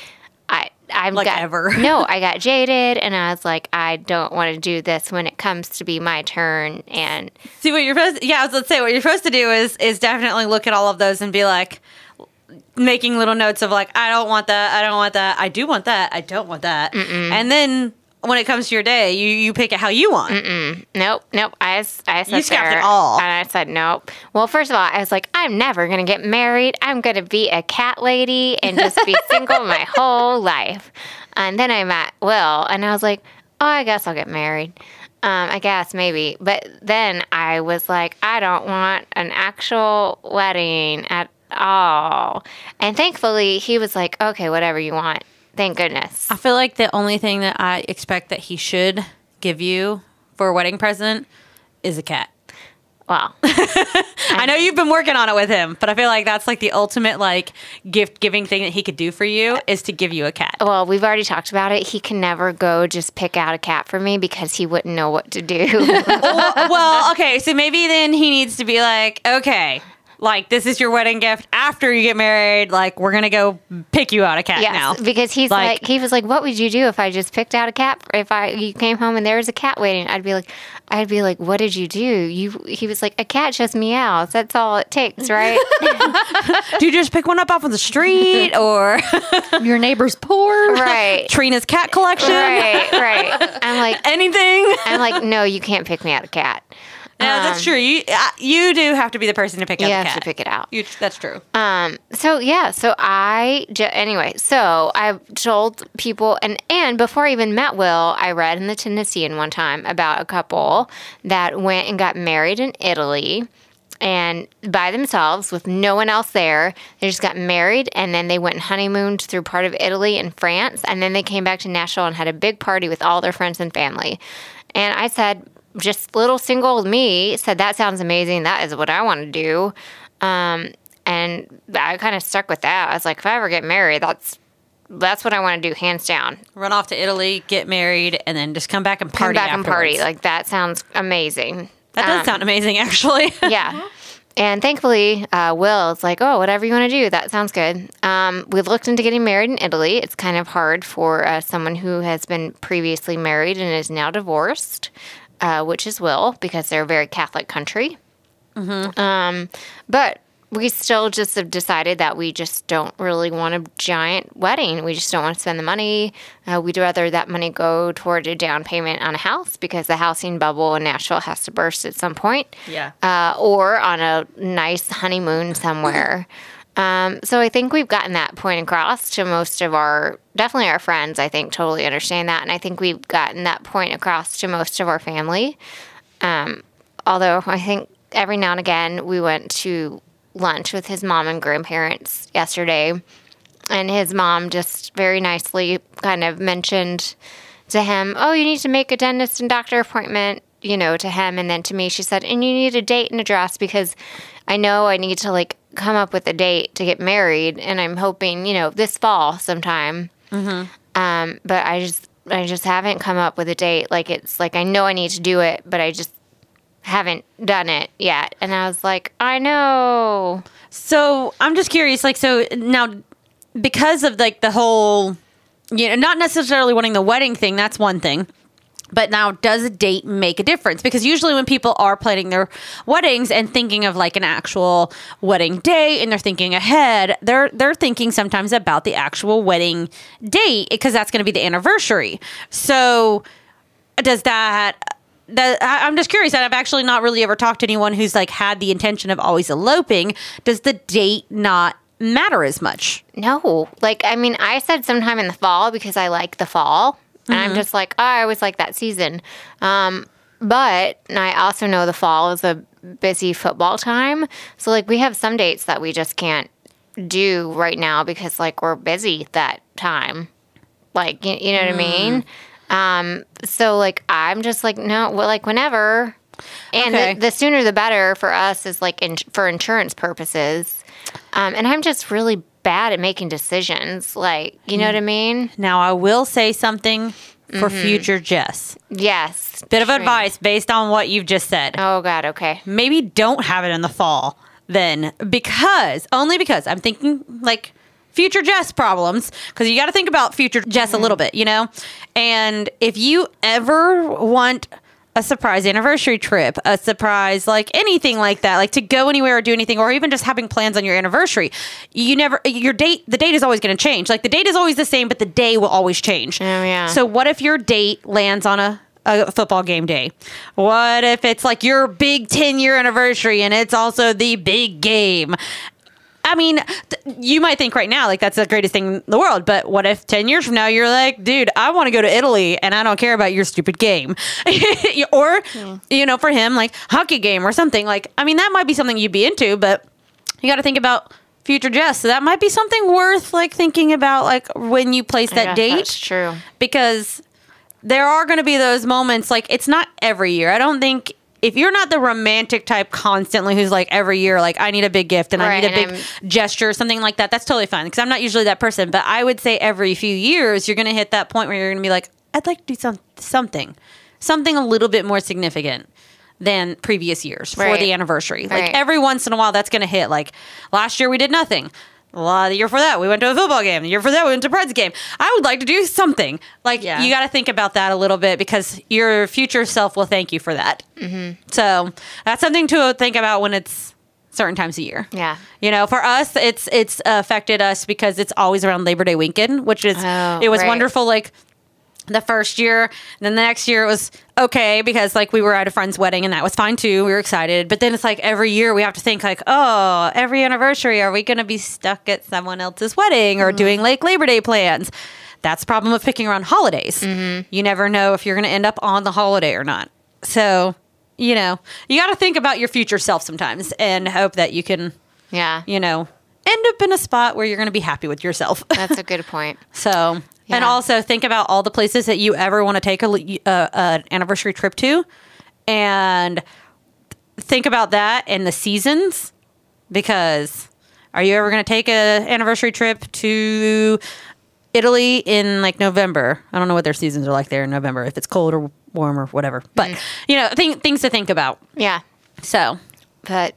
Speaker 3: I I've
Speaker 2: Like
Speaker 3: got,
Speaker 2: ever.
Speaker 3: no, I got jaded, and I was like, I don't want to do this when it comes to be my turn, and
Speaker 2: See what you're supposed. yeah, I was gonna say what you're supposed to do is is definitely look at all of those and be like making little notes of like I don't want that, I don't want that, I do want that, I don't want that, and then when it comes to your day, you you pick it how you want.
Speaker 3: Nope, nope. I, s- I said
Speaker 2: You scrapped
Speaker 3: there,
Speaker 2: it all.
Speaker 3: and I said nope. Well, first of all, I was like, I'm never gonna get married. I'm gonna be a cat lady and just be single my whole life. And then I met Will, and I was like, oh, I guess I'll get married. Um, I guess maybe. But then I was like, I don't want an actual wedding at all. And thankfully, he was like, okay, whatever you want. Thank goodness.
Speaker 2: I feel like the only thing that I expect that he should give you for a wedding present is a cat.
Speaker 3: Well,
Speaker 2: I know you've been working on it with him, but I feel like that's like the ultimate like gift giving thing that he could do for you is to give you a cat.
Speaker 3: Well, we've already talked about it. He can never go just pick out a cat for me because he wouldn't know what to do.
Speaker 2: well, well, okay, so maybe then he needs to be like, okay, like this is your wedding gift. After you get married, like we're gonna go pick you out a cat
Speaker 3: yes,
Speaker 2: now.
Speaker 3: because he's
Speaker 2: Like-
Speaker 3: like, he was like, "What would you do if I just picked out a cat? If I you came home and there was a cat waiting, I'd be like, I'd be like, what did you do? You?" He was like, "A cat just meows. That's all it takes, right?"
Speaker 2: Do you just pick one up off of the street or
Speaker 1: Your neighbor's poor.
Speaker 3: right,
Speaker 2: Trina's cat collection?
Speaker 3: right, right. I'm like,
Speaker 2: Anything?
Speaker 3: I'm like, no, you can't pick me out a cat.
Speaker 2: no, that's true. You uh, you do have to be the person to pick
Speaker 3: You
Speaker 2: out
Speaker 3: have
Speaker 2: the cat.
Speaker 3: to pick it out.
Speaker 2: You, that's true.
Speaker 3: Um. So yeah. So I ju- anyway. So I told people, and and before I even met Will, I read in the Tennessean one time about a couple that went and got married in Italy, and by themselves with no one else there. They just got married, and then they went and honeymooned through part of Italy and France, and then they came back to Nashville and had a big party with all their friends and family. And I said, just little single old me said that sounds amazing. That is what I want to do. Um, and I kind of stuck with that. I was like, if I ever get married, that's that's what I want to do, hands down.
Speaker 2: Run off to Italy, get married, and then just come back and
Speaker 3: Come
Speaker 2: party.
Speaker 3: back and party.
Speaker 2: afterwards.
Speaker 3: Like that sounds amazing.
Speaker 2: that does sound amazing, actually.
Speaker 3: yeah. And thankfully, uh, Will is like, oh, whatever you want to do, that sounds good. Um, we've looked into getting married in Italy. It's kind of hard for uh, someone who has been previously married and is now divorced, uh, which is Will, because they're a very Catholic country. Um, but we still just have decided that we just don't really want a giant wedding. We just don't want to spend the money. Uh, we'd rather that money go toward a down payment on a house because the housing bubble in Nashville has to burst at some point.
Speaker 2: Yeah.
Speaker 3: Uh, or on a nice honeymoon somewhere. Um, so I think we've gotten that point across to most of our, definitely our friends, I think totally understand that. And I think we've gotten that point across to most of our family. Um, although I think every now and again we went to lunch with his mom and grandparents yesterday, and his mom just very nicely kind of mentioned to him, "Oh, you need to make a dentist and doctor appointment." You know, to him, and then to me, she said, "And you need a date and address because I know I need to like come up with a date to get married, and I'm hoping you know this fall sometime." Um, but I just I just haven't come up with a date. Like it's like I know I need to do it, but I just haven't done it yet. And I was like, I know.
Speaker 2: So I'm just curious, like, so now because of like the whole, you know, not necessarily wanting the wedding thing, that's one thing. But now, does a date make a difference? Because usually, when people are planning their weddings and thinking of like an actual wedding day, and they're thinking ahead, they're they're thinking sometimes about the actual wedding date because that's going to be the anniversary. So, does that? That I, I'm just curious. and I've actually not really ever talked to anyone who's like had the intention of always eloping. Does the date not matter as much?
Speaker 3: No. Like, I mean, I said sometime in the fall because I like the fall. And I'm just like, oh, I always like that season. Um, but and I also know the fall is a busy football time. So, like, we have some dates that we just can't do right now because, like, we're busy that time. Like, you, you know what I mean?
Speaker 2: Mm.
Speaker 3: Um, so, like, I'm just like, no, well, like, whenever. And
Speaker 2: Okay.
Speaker 3: the, the sooner the better for us is like in, for insurance purposes. Um, and I'm just really bad at making decisions. Like, you know what I mean?
Speaker 2: Now, I will say something for future Jess.
Speaker 3: Yes.
Speaker 2: Bit of
Speaker 3: Sure.
Speaker 2: advice based on what you've just said.
Speaker 3: Oh, God. Okay.
Speaker 2: Maybe don't have it in the fall then, because only because I'm thinking like future Jess problems, because you got to think about future Jess a
Speaker 3: Mm-hmm.
Speaker 2: little bit, you know? And if you ever want a surprise anniversary trip, a surprise like anything like that, like to go anywhere or do anything, or even just having plans on your anniversary, you never, your date, the date is always going to change. Like the date is always the same, but the day will always change.
Speaker 3: Oh, yeah.
Speaker 2: So what if your date lands on a, a football game day? What if it's like your big 10 year anniversary and it's also the big game? I mean, th- you might think right now, like, that's the greatest thing in the world. But what if 10 years from now you're like, dude, I want to go to Italy and I don't care about your stupid game? or,
Speaker 3: Hmm.
Speaker 2: you know, for him, like, hockey game or something. Like, I mean, that might be something you'd be into, but you got to think about future Jess. So that might be something worth, like, thinking about, like, when you place that
Speaker 3: guess
Speaker 2: date
Speaker 3: that's true.
Speaker 2: because there are going to be those moments like it's not every year i don't think if you're not the romantic type constantly who's like every year like i need a big gift and i
Speaker 3: Right,
Speaker 2: need a big
Speaker 3: and
Speaker 2: gesture or something like that that's totally fine because i'm not usually that person but i would say every few years you're going to hit that point where you're going to be like i'd like to do some, something something a little bit more significant than previous years for
Speaker 3: Right.
Speaker 2: the anniversary like
Speaker 3: Right.
Speaker 2: every once in a while that's going to hit like last year we did nothing La, the year for that we went to a football game the year for that we went to a pride's game i would like to do something like
Speaker 1: Yeah.
Speaker 2: you got to think about that a little bit because your future self will thank you for that so that's something to think about when it's certain times of year
Speaker 3: Yeah.
Speaker 2: you know for us it's it's affected us because it's always around labor day weekend which is
Speaker 3: Oh,
Speaker 2: it was
Speaker 3: right.
Speaker 2: wonderful like the first year. And then the next year it was okay because like we were at a friend's wedding and that was fine too. We were excited. But then it's like every year we have to think like, oh, every anniversary, are we going to be stuck at someone else's wedding or doing
Speaker 3: Mm-hmm.
Speaker 2: like Labor Day plans? That's the problem of picking around holidays.
Speaker 3: Mm-hmm.
Speaker 2: You never know if you're going to end up on the holiday or not. So, you know, you got to think about your future self sometimes and hope that you can,
Speaker 3: Yeah.
Speaker 2: you know, end up in a spot where you're going to be happy with yourself.
Speaker 3: That's a good point.
Speaker 2: So, and
Speaker 3: Yeah.
Speaker 2: also think about all the places that you ever want to take a, le- uh, an anniversary trip to, and think about that and the seasons, because are you ever going to take a anniversary trip to Italy in like November? I don't know what their seasons are like there in November, if it's cold or warm or whatever. But you know, thing, things to think about.
Speaker 3: Yeah.
Speaker 2: So
Speaker 3: But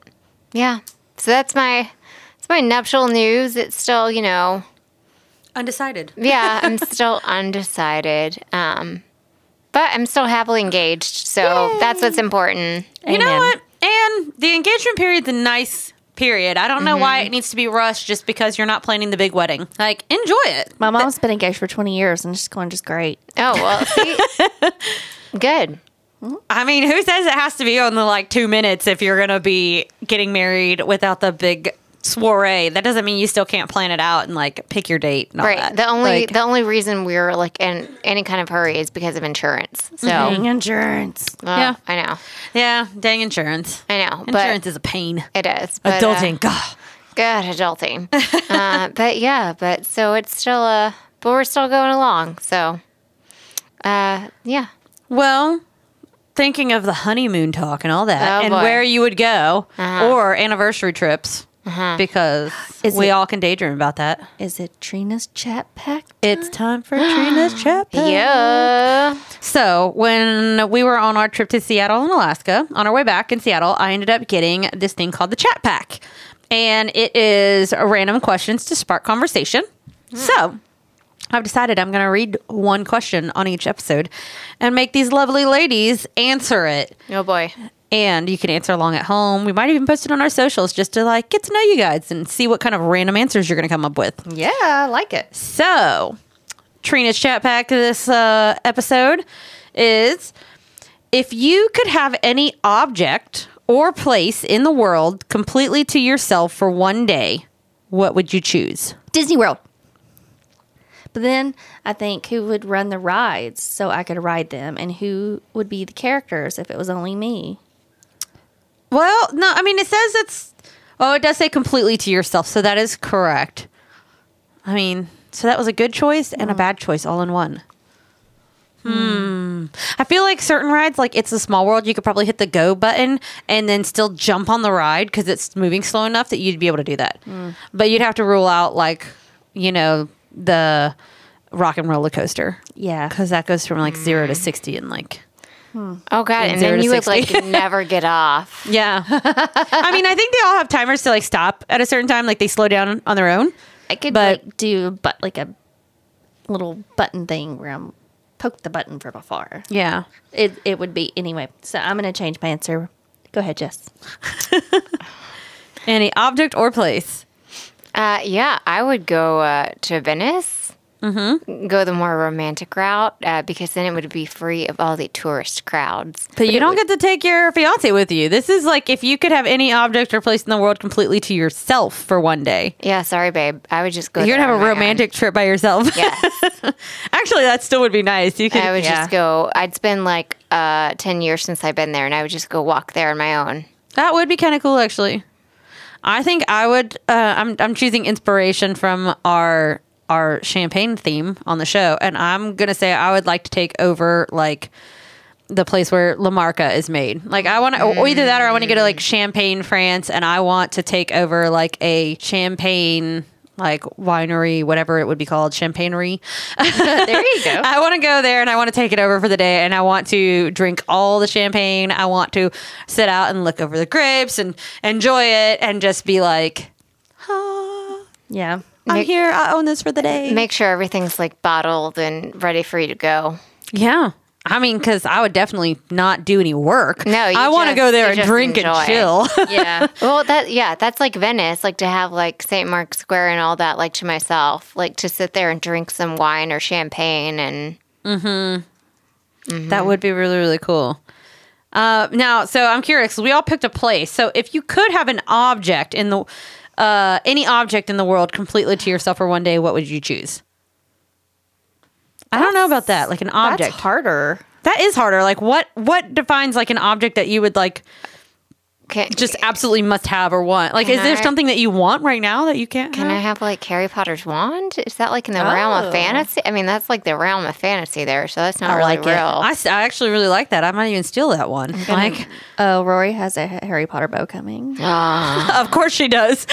Speaker 3: yeah. So that's my that's my nuptial news. It's still, you know,
Speaker 2: undecided.
Speaker 3: yeah, I'm still undecided. Um but I'm still happily engaged. So that's what's important.
Speaker 2: You know
Speaker 1: Amen.
Speaker 2: what? And the engagement period's a nice period. I don't know why
Speaker 3: Mm-hmm.
Speaker 2: it needs to be rushed just because you're not planning the big wedding. Like, enjoy it.
Speaker 1: My mom's been engaged for 20 years and it's going just great.
Speaker 3: Oh, well, see. good.
Speaker 2: I mean, who says it has to be on the like two minutes if you're gonna be getting married without the big soiree? That doesn't mean you still can't plan it out and like pick your date. And all
Speaker 3: Right.
Speaker 2: that.
Speaker 3: The only
Speaker 2: Like,
Speaker 3: the only reason we're like in any kind of hurry is because of insurance. So
Speaker 1: Dang insurance.
Speaker 3: well,
Speaker 2: Mm-hmm. Yeah.
Speaker 3: I know.
Speaker 2: yeah, dang insurance.
Speaker 3: I know.
Speaker 2: Insurance
Speaker 3: but
Speaker 2: is a pain.
Speaker 3: it is. But, uh,
Speaker 2: Adulting, God.
Speaker 3: Good adulting. uh, but yeah, but so it's still uh but we're still going along. So uh yeah.
Speaker 2: Well, thinking of the honeymoon talk and all that,
Speaker 3: Oh,
Speaker 2: and
Speaker 3: boy.
Speaker 2: where you would go, or anniversary trips, because
Speaker 1: Is
Speaker 2: we
Speaker 1: it-
Speaker 2: all can daydream about that.
Speaker 1: Is it Trina's chat pack?
Speaker 2: It's time for Trina's chat. pack.
Speaker 3: Yeah.
Speaker 2: So when we were on our trip to Seattle and Alaska, on our way back in Seattle, I ended up getting this thing called the chat pack, and it is random questions to spark conversation. So I've decided I'm going to read one question on each episode and make these lovely ladies answer it.
Speaker 3: Oh boy.
Speaker 2: And you can answer along at home. We might even post it on our socials just to like get to know you guys and see what kind of random answers you're going to come up with.
Speaker 1: Yeah, I like it.
Speaker 2: So, Trina's chat pack this uh, episode is if you could have any object or place in the world completely to yourself for one day, what would you choose?
Speaker 1: Disney World. But then I think who would run the rides so I could ride them and who would be the characters if it was only me?
Speaker 2: Well, no, I mean it says it's oh, it does say completely to yourself, so that is correct. I mean, so that was a good choice and a bad choice all in one. Hmm. I feel like certain rides, like it's a small world, you could probably hit the go button and then still jump on the ride because it's moving slow enough that you'd be able to do that. But you'd have to rule out like, you know, the rock and roller coaster
Speaker 1: Yeah.
Speaker 2: because that goes from like zero to sixty in like
Speaker 3: Oh god. And
Speaker 2: zero
Speaker 3: then
Speaker 2: to
Speaker 3: you would
Speaker 2: 60.
Speaker 3: like never get off.
Speaker 2: Yeah. I mean, I think they all have timers to like stop at a certain time, like they slow down on their own.
Speaker 1: I could
Speaker 2: But-
Speaker 1: like do but like a little button thing where I'm poke the button from afar.
Speaker 2: Yeah.
Speaker 1: It it would be anyway. So I'm gonna change my answer. Go ahead, Jess.
Speaker 2: Any object or place.
Speaker 3: Uh, yeah, I would go uh, to Venice. Mm-hmm. Go the more romantic route uh, because then it would be free of all the tourist crowds.
Speaker 2: But you don't get to take your fiance with you. This is like if you could have any object or place in the world completely to yourself for one day.
Speaker 3: Yeah, sorry, babe. I would just go.
Speaker 2: You're
Speaker 3: there
Speaker 2: gonna have
Speaker 3: on
Speaker 2: a
Speaker 3: my own.
Speaker 2: romantic trip by yourself.
Speaker 3: Yes,
Speaker 2: Actually, that still would be nice. You could.
Speaker 3: I would
Speaker 2: yeah.
Speaker 3: just go. I'd spend like uh, ten years since I've been there, and I would just go walk there on my own.
Speaker 2: That would be kind of cool, actually. I think I would. Uh, I'm I'm choosing inspiration from our our champagne theme on the show, and I'm gonna say I would like to take over like the place where La Marca is made. Like I want to, or either that, or I want to go to like Champagne, France, and I want to take over like a champagne like winery, whatever it would be called, champagnery.
Speaker 1: there you go.
Speaker 2: I want to go there and I want to take it over for the day and I want to drink all the champagne. I want to sit out and look over the grapes and enjoy it and just be like,
Speaker 1: Yeah.
Speaker 2: I'm
Speaker 3: Make-
Speaker 2: here. I own this for the day.
Speaker 3: Make sure everything's like bottled and ready for you to go.
Speaker 2: yeah. I mean, because I would definitely not do any work.
Speaker 3: No, you
Speaker 2: I want to
Speaker 3: just-
Speaker 2: go there
Speaker 3: you
Speaker 2: and
Speaker 3: just
Speaker 2: drink
Speaker 3: enjoy.
Speaker 2: and chill.
Speaker 3: Yeah. well, that yeah, that's like Venice, like to have like St. Mark's Square and all that, like to myself, like to sit there and drink some wine or champagne and.
Speaker 2: That would be really, really cool. Uh, now, so I'm curious. We all picked a place. So if you could have an object in the, uh, any object in the world completely to yourself for one day, what would you choose? I don't know about that. Like an object.
Speaker 1: That's harder.
Speaker 2: That is harder. Like what what defines like an object that you would like
Speaker 3: Can,
Speaker 2: just absolutely must have or want? Like
Speaker 3: Can
Speaker 2: is there
Speaker 3: I-
Speaker 2: something that you want right now that you can't
Speaker 3: Can I
Speaker 2: have?
Speaker 3: have like Harry Potter's wand? Is that like in the realm
Speaker 1: Oh.
Speaker 3: of fantasy? I mean, that's like the realm of fantasy there, so that's not
Speaker 2: I
Speaker 3: really
Speaker 2: like it.
Speaker 3: real.
Speaker 2: I, s- I actually really like that. I might even steal that one. Like,
Speaker 1: Oh, Rory has a Harry Potter bow coming.
Speaker 3: Ah.
Speaker 2: of course she does.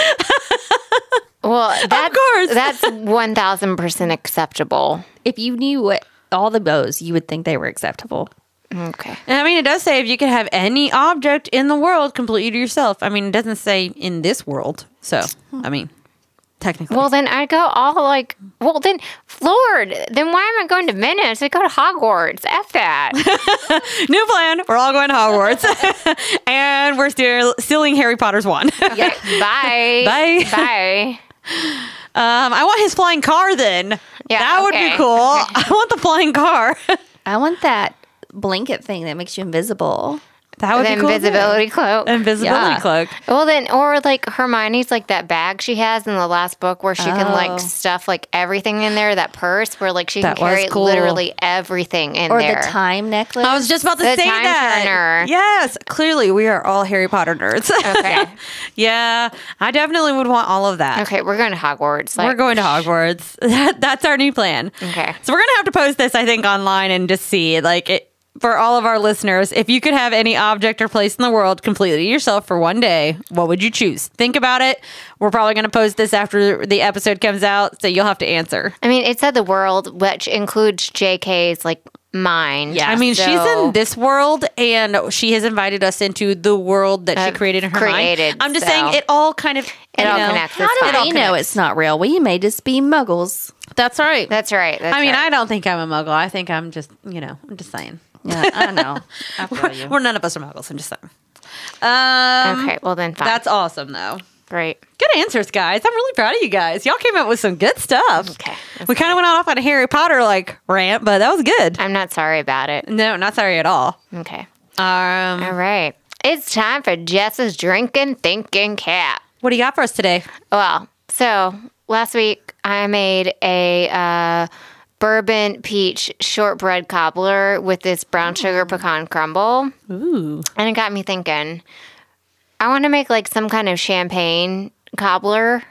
Speaker 3: well, that's,
Speaker 2: course.
Speaker 3: that's one thousand percent acceptable.
Speaker 1: If you knew what all the bows, you would think they were acceptable.
Speaker 3: Okay.
Speaker 2: And I mean, it does say if you could have any object in the world completely to yourself. I mean, it doesn't say in this world. So, I mean, technically.
Speaker 3: Well, then I go all like, well, then Lord, then why am I going to Venice? I go to Hogwarts. F that.
Speaker 2: New plan. We're all going to Hogwarts. and we're steal- stealing Harry Potter's wand. um,
Speaker 3: Yeah, bye.
Speaker 2: Bye.
Speaker 3: Bye.
Speaker 2: I want his flying car then.
Speaker 3: Yeah,
Speaker 2: That would
Speaker 3: okay.
Speaker 2: be cool. I want the flying car.
Speaker 1: I want that blanket thing that makes you invisible.
Speaker 2: That would
Speaker 3: the
Speaker 2: be cool. too.
Speaker 3: invisibility cloak.
Speaker 2: Invisibility
Speaker 1: Yeah.
Speaker 2: cloak.
Speaker 3: Well, then, or like Hermione's like that bag she has in the last book where she can
Speaker 1: Oh.
Speaker 3: like stuff like everything in there, that purse where like she
Speaker 2: That
Speaker 3: can
Speaker 2: was
Speaker 3: carry
Speaker 2: cool.
Speaker 3: literally everything in
Speaker 1: Or
Speaker 3: there.
Speaker 1: the time necklace.
Speaker 2: I was just about to
Speaker 3: The
Speaker 2: say
Speaker 3: time
Speaker 2: that.
Speaker 3: turner.
Speaker 2: Yes, clearly we are all Harry Potter nerds.
Speaker 3: Okay.
Speaker 2: yeah, I definitely would want all of that.
Speaker 3: okay, we're going to Hogwarts. Like,
Speaker 2: we're going to Hogwarts. That, that's our new plan.
Speaker 3: Okay.
Speaker 2: So we're gonna have to post this, I think, online and just see, like, it, for all of our listeners, if you could have any object or place in the world completely to yourself for one day, what would you choose? Think about it. We're probably gonna post this after the episode comes out, so you'll have to answer.
Speaker 3: I mean, it said the world, which includes JK's like mind.
Speaker 2: I mean, she's
Speaker 3: So-
Speaker 2: in this world, and she has invited us into the world that she
Speaker 3: I've
Speaker 2: created in her
Speaker 3: created,
Speaker 2: mind. I'm just
Speaker 3: so-
Speaker 2: saying, it all kind of you
Speaker 3: It all
Speaker 2: know,
Speaker 3: connects.
Speaker 1: How
Speaker 3: It's
Speaker 1: do
Speaker 3: fine.
Speaker 1: we know it's not real? We may just be muggles.
Speaker 2: That's all right.
Speaker 3: That's right. That's
Speaker 2: I mean,
Speaker 3: right.
Speaker 2: I don't think I'm a muggle. I think I'm just, you know, I'm just saying.
Speaker 1: Yeah, I know. I feel you.
Speaker 2: We're none of us are muggles. I'm just saying. Um,
Speaker 3: okay, well then, fine.
Speaker 2: That's awesome, though.
Speaker 3: great.
Speaker 2: Good answers, guys. I'm really proud of you guys. Y'all came up with some good stuff.
Speaker 3: Okay, that's
Speaker 2: We kind of went off on a Harry Potter like rant, but that was good.
Speaker 3: I'm not sorry about it.
Speaker 2: No, not sorry at all.
Speaker 3: Okay.
Speaker 2: Um,
Speaker 3: All right. It's time for Jess's drinking, thinking cat.
Speaker 2: what do you got for us today?
Speaker 3: Well, so last week I made a uh, bourbon peach shortbread cobbler with this brown sugar pecan crumble.
Speaker 2: Ooh,
Speaker 3: And it got me thinking I want to make like some kind of champagne cobbler.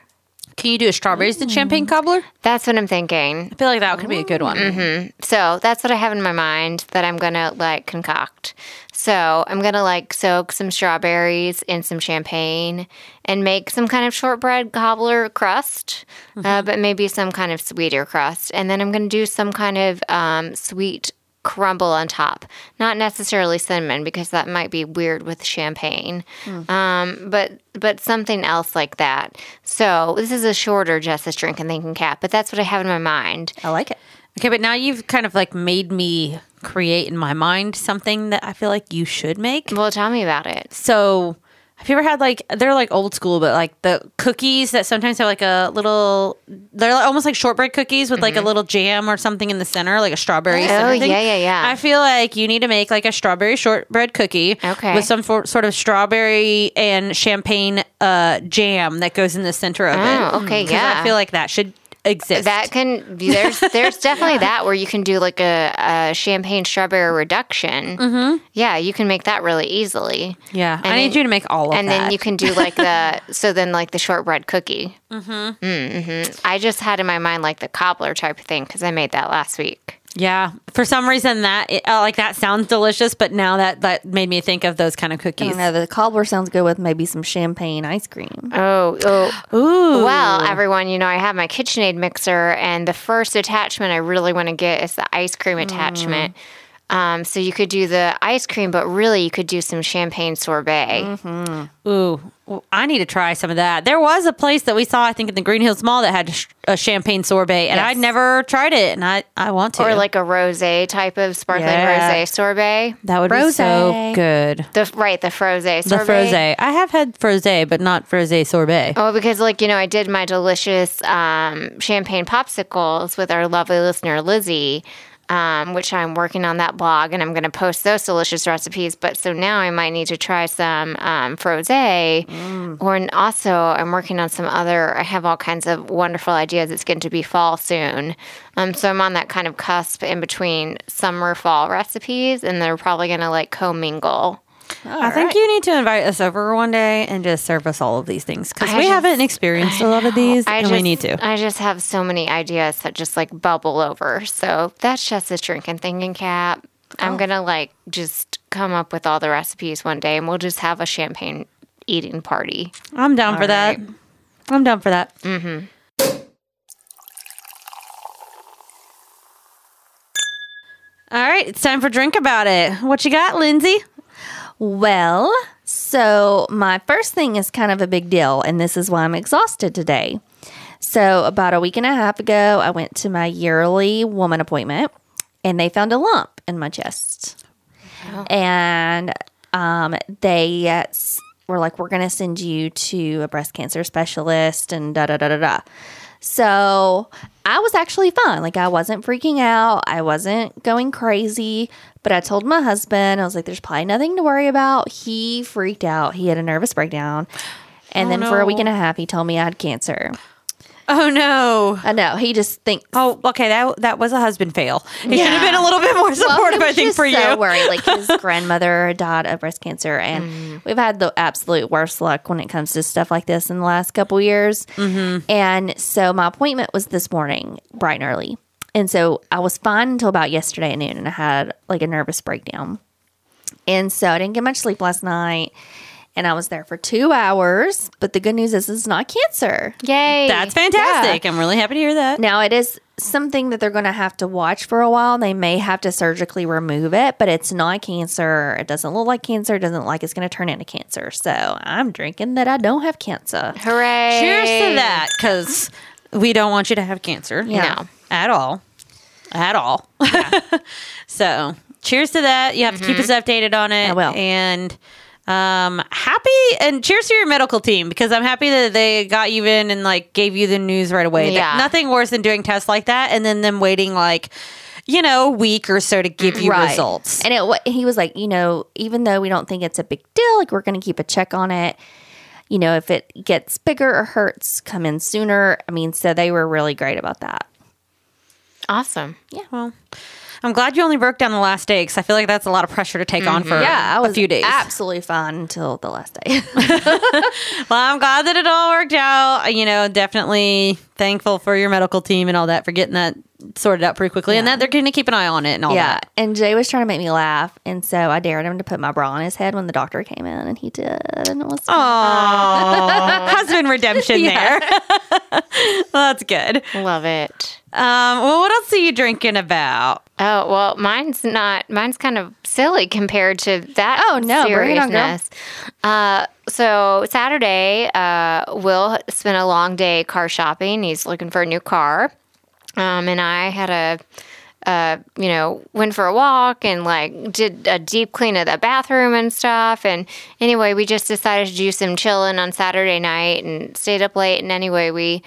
Speaker 2: can you do a strawberries and
Speaker 3: Mm.
Speaker 2: champagne cobbler?
Speaker 3: That's what I'm thinking.
Speaker 2: I feel like that could be a good one.
Speaker 3: Mm-hmm. So that's what I have in my mind that I'm going to like concoct. So I'm going to like soak some strawberries in some champagne and make some kind of shortbread cobbler crust, uh, but maybe some kind of sweeter crust. And then I'm going to do some kind of um, sweet crumble on top. Not necessarily cinnamon because that might be weird with champagne. Um, but but something else like that. So this is a shorter Justice Drink and Thinking Cap, but that's what I have in my mind.
Speaker 2: I like it. Okay, but now you've kind of like made me create in my mind something that I feel like you should make.
Speaker 3: Well, tell me about it.
Speaker 2: So, have you ever had like they're like old school, but like the cookies that sometimes have like a little they're like, almost like shortbread cookies with like a little jam or something in the center, like a strawberry. center thing?
Speaker 3: Mm-hmm. Oh, yeah, yeah, yeah.
Speaker 2: I feel like you need to make like a strawberry shortbread cookie,
Speaker 3: Okay.
Speaker 2: with some for, sort of strawberry and champagne uh, jam that goes in the center of it. Mm.
Speaker 3: Oh, okay,
Speaker 2: 'Cause
Speaker 3: yeah.
Speaker 2: I feel like that should exist.
Speaker 3: That can be there's there's definitely that where you can do like a, a champagne strawberry reduction. Mm-hmm. Yeah, you can make that really easily.
Speaker 2: yeah, I
Speaker 3: and
Speaker 2: need
Speaker 3: then-
Speaker 2: you to make all of
Speaker 3: and
Speaker 2: that.
Speaker 3: then you can do like the so then like the shortbread cookie. Mm-hmm. Mm-hmm. I just had in my mind like the cobbler type of thing because I made that last week.
Speaker 2: Yeah, for some reason that it, uh, like that sounds delicious, but now that that made me think of those kind of
Speaker 1: You
Speaker 2: cookies.
Speaker 1: know, the cobbler sounds good with maybe some champagne ice cream.
Speaker 3: Oh, oh,
Speaker 2: Ooh,
Speaker 3: Well, everyone, you know, I have my KitchenAid mixer, and the first attachment I really want to get is the ice cream attachment. Um, so you could do the ice cream, but really you could do some champagne sorbet.
Speaker 2: ooh, Well, I need to try some of that. There was a place that we saw, I think, in the Green Hills Mall that had a sh- a champagne sorbet, and I'd never tried it, and I I want to.
Speaker 3: Or like a rosé type of sparkling
Speaker 2: Yeah.
Speaker 3: rosé sorbet.
Speaker 2: that would be so
Speaker 1: Rosé.
Speaker 2: good.
Speaker 3: The right, the frosé sorbet.
Speaker 2: The frosé. I have had frosé, but not frosé sorbet.
Speaker 3: Oh, because like you know, I did my delicious um, champagne popsicles with our lovely listener Lizzie, um, which I'm working on that blog, and I'm going to post those delicious recipes. But so now I might need to try some um, frosé, or and also I'm working on some other. I have all kinds of wonderful ideas. It's going to be fall soon, um, so I'm on that kind of cusp in between summer fall recipes, and they're probably going to like commingle.
Speaker 2: I think you need to invite us over one day and just serve us all of these things because
Speaker 3: I
Speaker 2: we
Speaker 3: just-
Speaker 2: haven't experienced a lot of these, and we need to.
Speaker 3: I just have so many ideas that just like bubble over. So that's just a drinking thinking cap.
Speaker 2: Oh.
Speaker 3: I'm gonna like just come up with all the recipes one day, and we'll just have a champagne eating party.
Speaker 2: I'm down for that. I'm down for that. Mm-hmm. right, it's time for drink about it. What you got, Lindsay?
Speaker 1: Well, so my first thing is kind of a big deal, and this is why I'm exhausted today. So, about a week and a half ago, I went to my yearly woman appointment, and they found a lump in my chest. And um, they uh, s- were like, We're going to send you to a breast cancer specialist, and da da da da da. So, I was actually fine. Like, I wasn't freaking out, I wasn't going crazy. But I told my husband, I was like, There's probably nothing to worry about. He freaked out, he had a nervous breakdown. And then for a week
Speaker 2: no.
Speaker 1: and a half, he told me I had cancer.
Speaker 2: Oh no.
Speaker 1: I know. He just thinks.
Speaker 2: Oh, okay. That that was a husband fail. He should have been a little bit more supportive,
Speaker 1: he
Speaker 2: I
Speaker 1: was
Speaker 2: think,
Speaker 1: just
Speaker 2: for
Speaker 1: "Oh, so
Speaker 2: you.
Speaker 1: worried. Like his grandmother died of breast cancer, and
Speaker 2: Mm.
Speaker 1: we've had the absolute worst luck when it comes to stuff like this in the last couple years.
Speaker 2: Mm-hmm.
Speaker 1: And so my appointment was this morning, bright and early, and so I was fine until about yesterday at noon, and I had like a nervous breakdown, and so I didn't get much sleep last night. And I was there for two hours. But the good news is, it's not cancer.
Speaker 3: Yay.
Speaker 2: That's fantastic. I'm really happy to hear that.
Speaker 1: Now, it is something that they're going to have to watch for a while. They may have to surgically remove it, but it's not cancer. It doesn't look like cancer. It doesn't look like it's going to turn into cancer. So I'm drinking that I don't have cancer.
Speaker 3: Yeah. Hooray.
Speaker 2: Cheers to that, because we don't want you to have cancer.
Speaker 1: Yeah.
Speaker 3: No.
Speaker 2: At all. At all. so cheers to that. You have to keep us updated on it.
Speaker 1: Mm-hmm. I will.
Speaker 2: And um happy and cheers to your medical team because I'm happy that they got you in and like gave you the news right away. That-
Speaker 3: Yeah.
Speaker 2: nothing worse than doing tests like that and then them waiting like, you know, a week or so to give you results.
Speaker 1: And it, wa- he was like, you know, even though we don't think it's a big deal, like we're going to keep a check on it. You know, if it gets bigger or hurts, come in sooner. I mean, so they were really great about that.
Speaker 3: Awesome.
Speaker 2: Well, I'm glad you only broke down the last day because I feel like that's a lot of pressure to take on for
Speaker 1: Mm-hmm. Yeah, I was
Speaker 2: Uh, a few days.
Speaker 1: absolutely fine until the last day.
Speaker 2: Well, I'm glad that it all worked out. You know, definitely thankful for your medical team and all that for getting that sorted out pretty quickly and that they're going to keep an eye on it and all
Speaker 1: yeah,
Speaker 2: that.
Speaker 1: and Jay was trying to make me laugh, and so I dared him to put my bra on his head when the doctor came in, and he did, and it was
Speaker 2: Aww. Husband redemption there. well, that's good.
Speaker 3: Love it.
Speaker 2: Um, well, what else are you drinking about?
Speaker 3: Oh well, mine's not. Mine's kind of silly compared to that.
Speaker 1: Oh, no, bring it on, girl.
Speaker 3: seriousness. Uh, so Saturday, uh, Will spent a long day car shopping. He's looking for a new car, um, and I had a, uh, you know, went for a walk and like did a deep clean of the bathroom and stuff. And anyway, we just decided to do some chilling on Saturday night and stayed up late. And anyway, we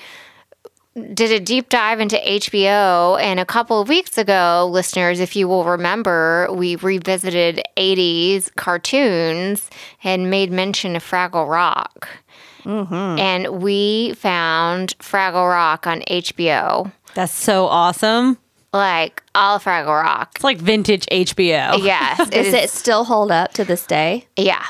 Speaker 3: did a deep dive into HBO, and a couple of weeks ago, listeners, if you will remember, we revisited 80s cartoons and made mention of Fraggle Rock. And we found Fraggle Rock on HBO,
Speaker 2: That's so awesome.
Speaker 3: like all Fraggle Rock.
Speaker 2: It's like vintage HBO.
Speaker 3: Yes, it
Speaker 1: Does it still hold up to this day?
Speaker 3: Yeah.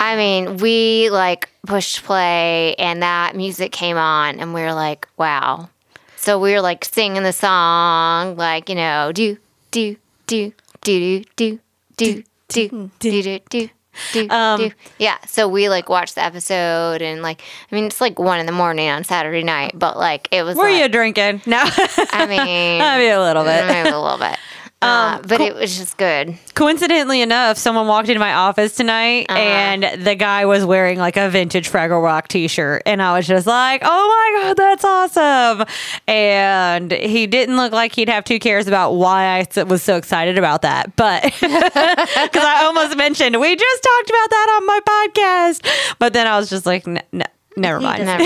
Speaker 3: I mean, we like pushed play and that music came on and we were like, wow. So we were like singing the song, like, you know, do, do, do, do, do, do, do, do, do, Um, do, do. Do, do. Yeah, so we like watched the episode and like, I mean, it's like one in the morning on Saturday night, but like it was.
Speaker 2: Were
Speaker 3: like,
Speaker 2: you drinking? No,
Speaker 3: I mean,
Speaker 2: I mean a little bit.
Speaker 3: maybe a little bit, uh, but it was just good.
Speaker 2: Coincidentally enough, someone walked into my office tonight and the guy was wearing like a vintage Fraggle Rock t shirt. And I was just like, oh my God, that's awesome. And he didn't look like he'd have two cares about why I s- was so excited about that. But because I almost mentioned, we just talked about that on my podcast. But then I was just like, "N- no. Never mind.
Speaker 3: Never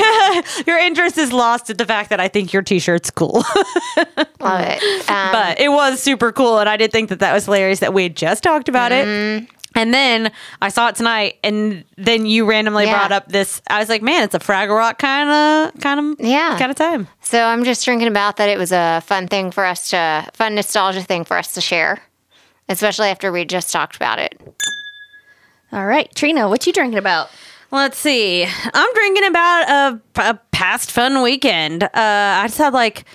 Speaker 2: your interest is lost at the fact that I think your t-shirt's cool.
Speaker 3: Love it. Um,
Speaker 2: but it was super cool and i did think that that was hilarious that we had just talked about
Speaker 3: Mm-hmm.
Speaker 2: it and then i saw it tonight and then you randomly
Speaker 3: Yeah.
Speaker 2: brought up this i was like man it's a fraggle rock kind of kind of
Speaker 3: Yeah.
Speaker 2: kind of time
Speaker 3: So I'm just drinking about that. It was a fun thing for us to, fun nostalgia thing for us to share, especially after we just talked about it.
Speaker 1: All right, Trina, what you drinking about?
Speaker 2: Let's see. I'm drinking about a, a past fun weekend. Uh, I just had like,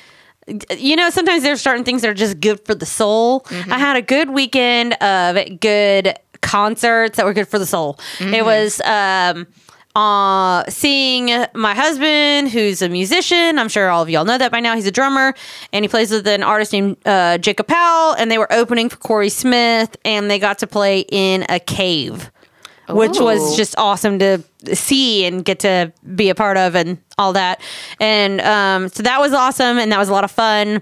Speaker 2: you know, sometimes there's certain things that are just good for the soul. I had a good weekend of good concerts that were good for the soul. It was. Um, uh, seeing my husband, who's a musician, I'm sure all of y'all know that by now. He's a drummer, and he plays with an artist named uh, Jacob Powell. And they were opening for Corey Smith, and they got to play in a cave which was just awesome to see and get to be a part of and all that. And um, so that was awesome and that was a lot of fun.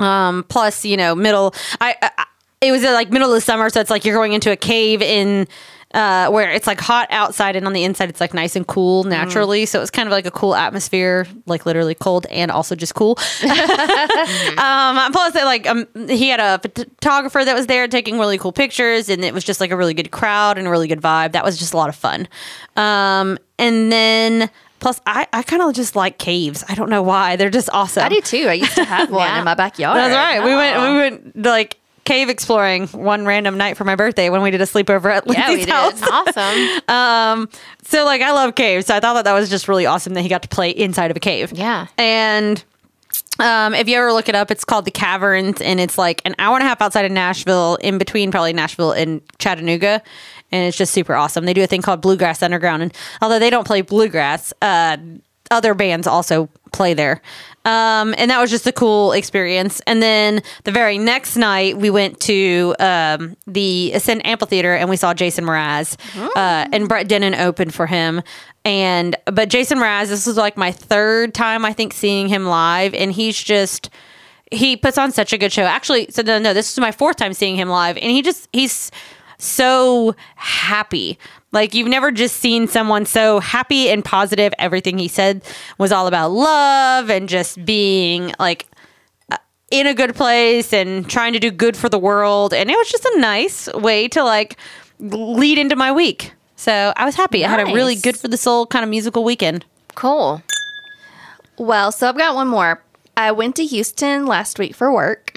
Speaker 2: Um, plus, you know, middle, I, I it was uh, like middle of the summer, so it's like you're going into a cave in. Uh, where it's like hot outside and on the inside it's like nice and cool naturally so it's kind of like a cool atmosphere like literally cold and also just cool um, plus, they, like um, he had a photographer that was there taking really cool pictures, and it was just like a really good crowd and a really good vibe. That was just a lot of fun. Um, and then plus, I, I kind of just like caves. I don't know why they're just awesome.
Speaker 1: I do too. I used to have one in my backyard.
Speaker 2: That's right. We
Speaker 1: Oh.
Speaker 2: went we went like cave exploring one random night for my birthday when we did a sleepover at
Speaker 1: Yeah, we
Speaker 2: Lindsay's
Speaker 1: did.
Speaker 2: house.
Speaker 3: Oh, Awesome.
Speaker 2: Um, so like I love caves, so I thought that that was just really awesome that he got to play inside of a cave.
Speaker 3: Yeah.
Speaker 2: and Um, if you ever look it up, it's called the Caverns, and it's like an hour and a half outside of Nashville, in between probably Nashville and Chattanooga, and it's just super awesome. They do a thing called Bluegrass Underground, and although they don't play bluegrass, uh, other bands also play there. Um, and that was just a cool experience. And then the very next night, we went to um, the Ascend Amphitheater and we saw Jason Mraz. Uh, and Brett Denon opened for him. And but Jason Mraz, this was like my third time I think seeing him live, and he's just he puts on such a good show. Actually, so no, no, this is my fourth time seeing him live, and he just he's so happy. Like you've never just seen someone so happy and positive. Everything he said was all about love and just being like uh, in a good place and trying to do good for the world. And it was just a nice way to like lead into my week. So I was happy. I had a really
Speaker 1: Nice.
Speaker 2: good for the soul kind of musical weekend.
Speaker 3: Cool.
Speaker 1: Well, so I've got one more. I went to Houston last week for work,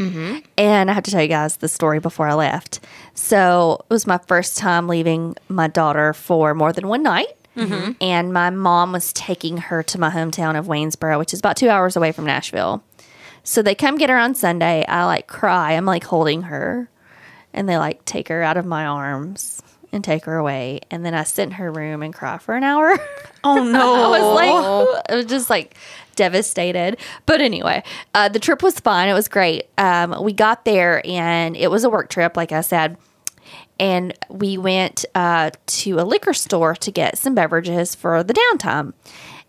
Speaker 1: and I have to tell you guys the story before I left. So it was my first time leaving my daughter for more than one night, and my mom was taking her to my hometown of Waynesboro, which is about two hours away from Nashville. So they come get her on Sunday. I like cry. I'm like holding her, and they like take her out of my arms and take her away. And then I sit in her room and cry for an hour.
Speaker 2: Oh no.
Speaker 1: I was like, I was just like devastated. But anyway, uh, the trip was fun. It was great. Um, we got there and it was a work trip, like I said. And we went uh, to a liquor store to get some beverages for the downtime.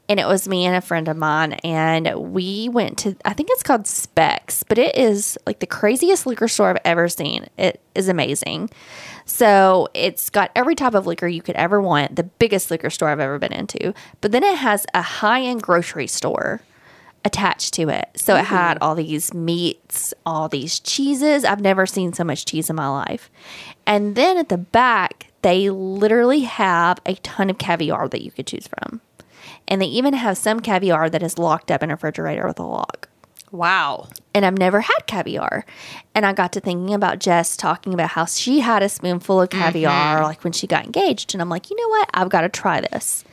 Speaker 1: And it was me and a friend of mine. And we went to, I think it's called Specs, but it is like the craziest liquor store I've ever seen. It is amazing. So it's got every type of liquor you could ever want, the biggest liquor store I've ever been into. But then it has a high end grocery store attached to it. So it had all these meats, all these cheeses. I've never seen so much cheese in my life. And then at the back, they literally have a ton of caviar that you could choose from. And they even have some caviar that is locked up in a refrigerator with a lock
Speaker 2: wow.
Speaker 1: and I've never had caviar. And I got to thinking about Jess talking about how she had a spoonful of caviar
Speaker 3: Mm-hmm.
Speaker 1: like when she got engaged. And I'm like, you know what? I've got to try this.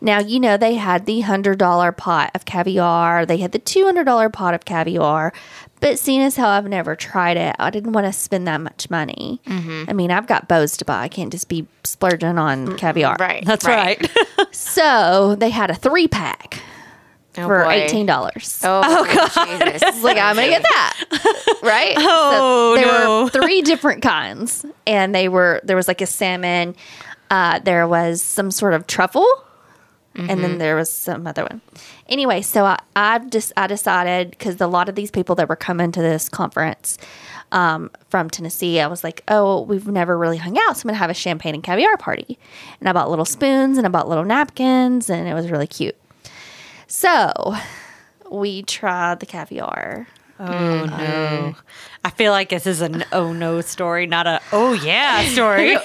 Speaker 1: Now, you know, they had the $100 pot of caviar, they had the $200 pot of caviar. But seeing as how I've never tried it, I didn't want to spend that much money.
Speaker 3: Mm-hmm.
Speaker 1: I mean, I've got bows to buy. I can't just be splurging on caviar.
Speaker 3: Right.
Speaker 2: That's right.
Speaker 1: So they had a three pack
Speaker 3: Oh,
Speaker 1: for
Speaker 3: boy.
Speaker 1: $18.
Speaker 3: Oh, God. Jesus.
Speaker 1: like I'm gonna get that, right?
Speaker 2: Oh,
Speaker 1: there
Speaker 2: no.
Speaker 1: were three different kinds, and they were there was like a salmon, uh, there was some sort of truffle, and
Speaker 2: Mm-hmm.
Speaker 1: then there was some other one. Anyway, so I I just I decided because a lot of these people that were coming to this conference um, from Tennessee, I was like, oh, we've never really hung out, so I'm gonna have a champagne and caviar party, and I bought little spoons and I bought little napkins, and it was really cute. So, we tried the caviar.
Speaker 2: Oh, I feel like this is an oh no story, not a oh yeah story.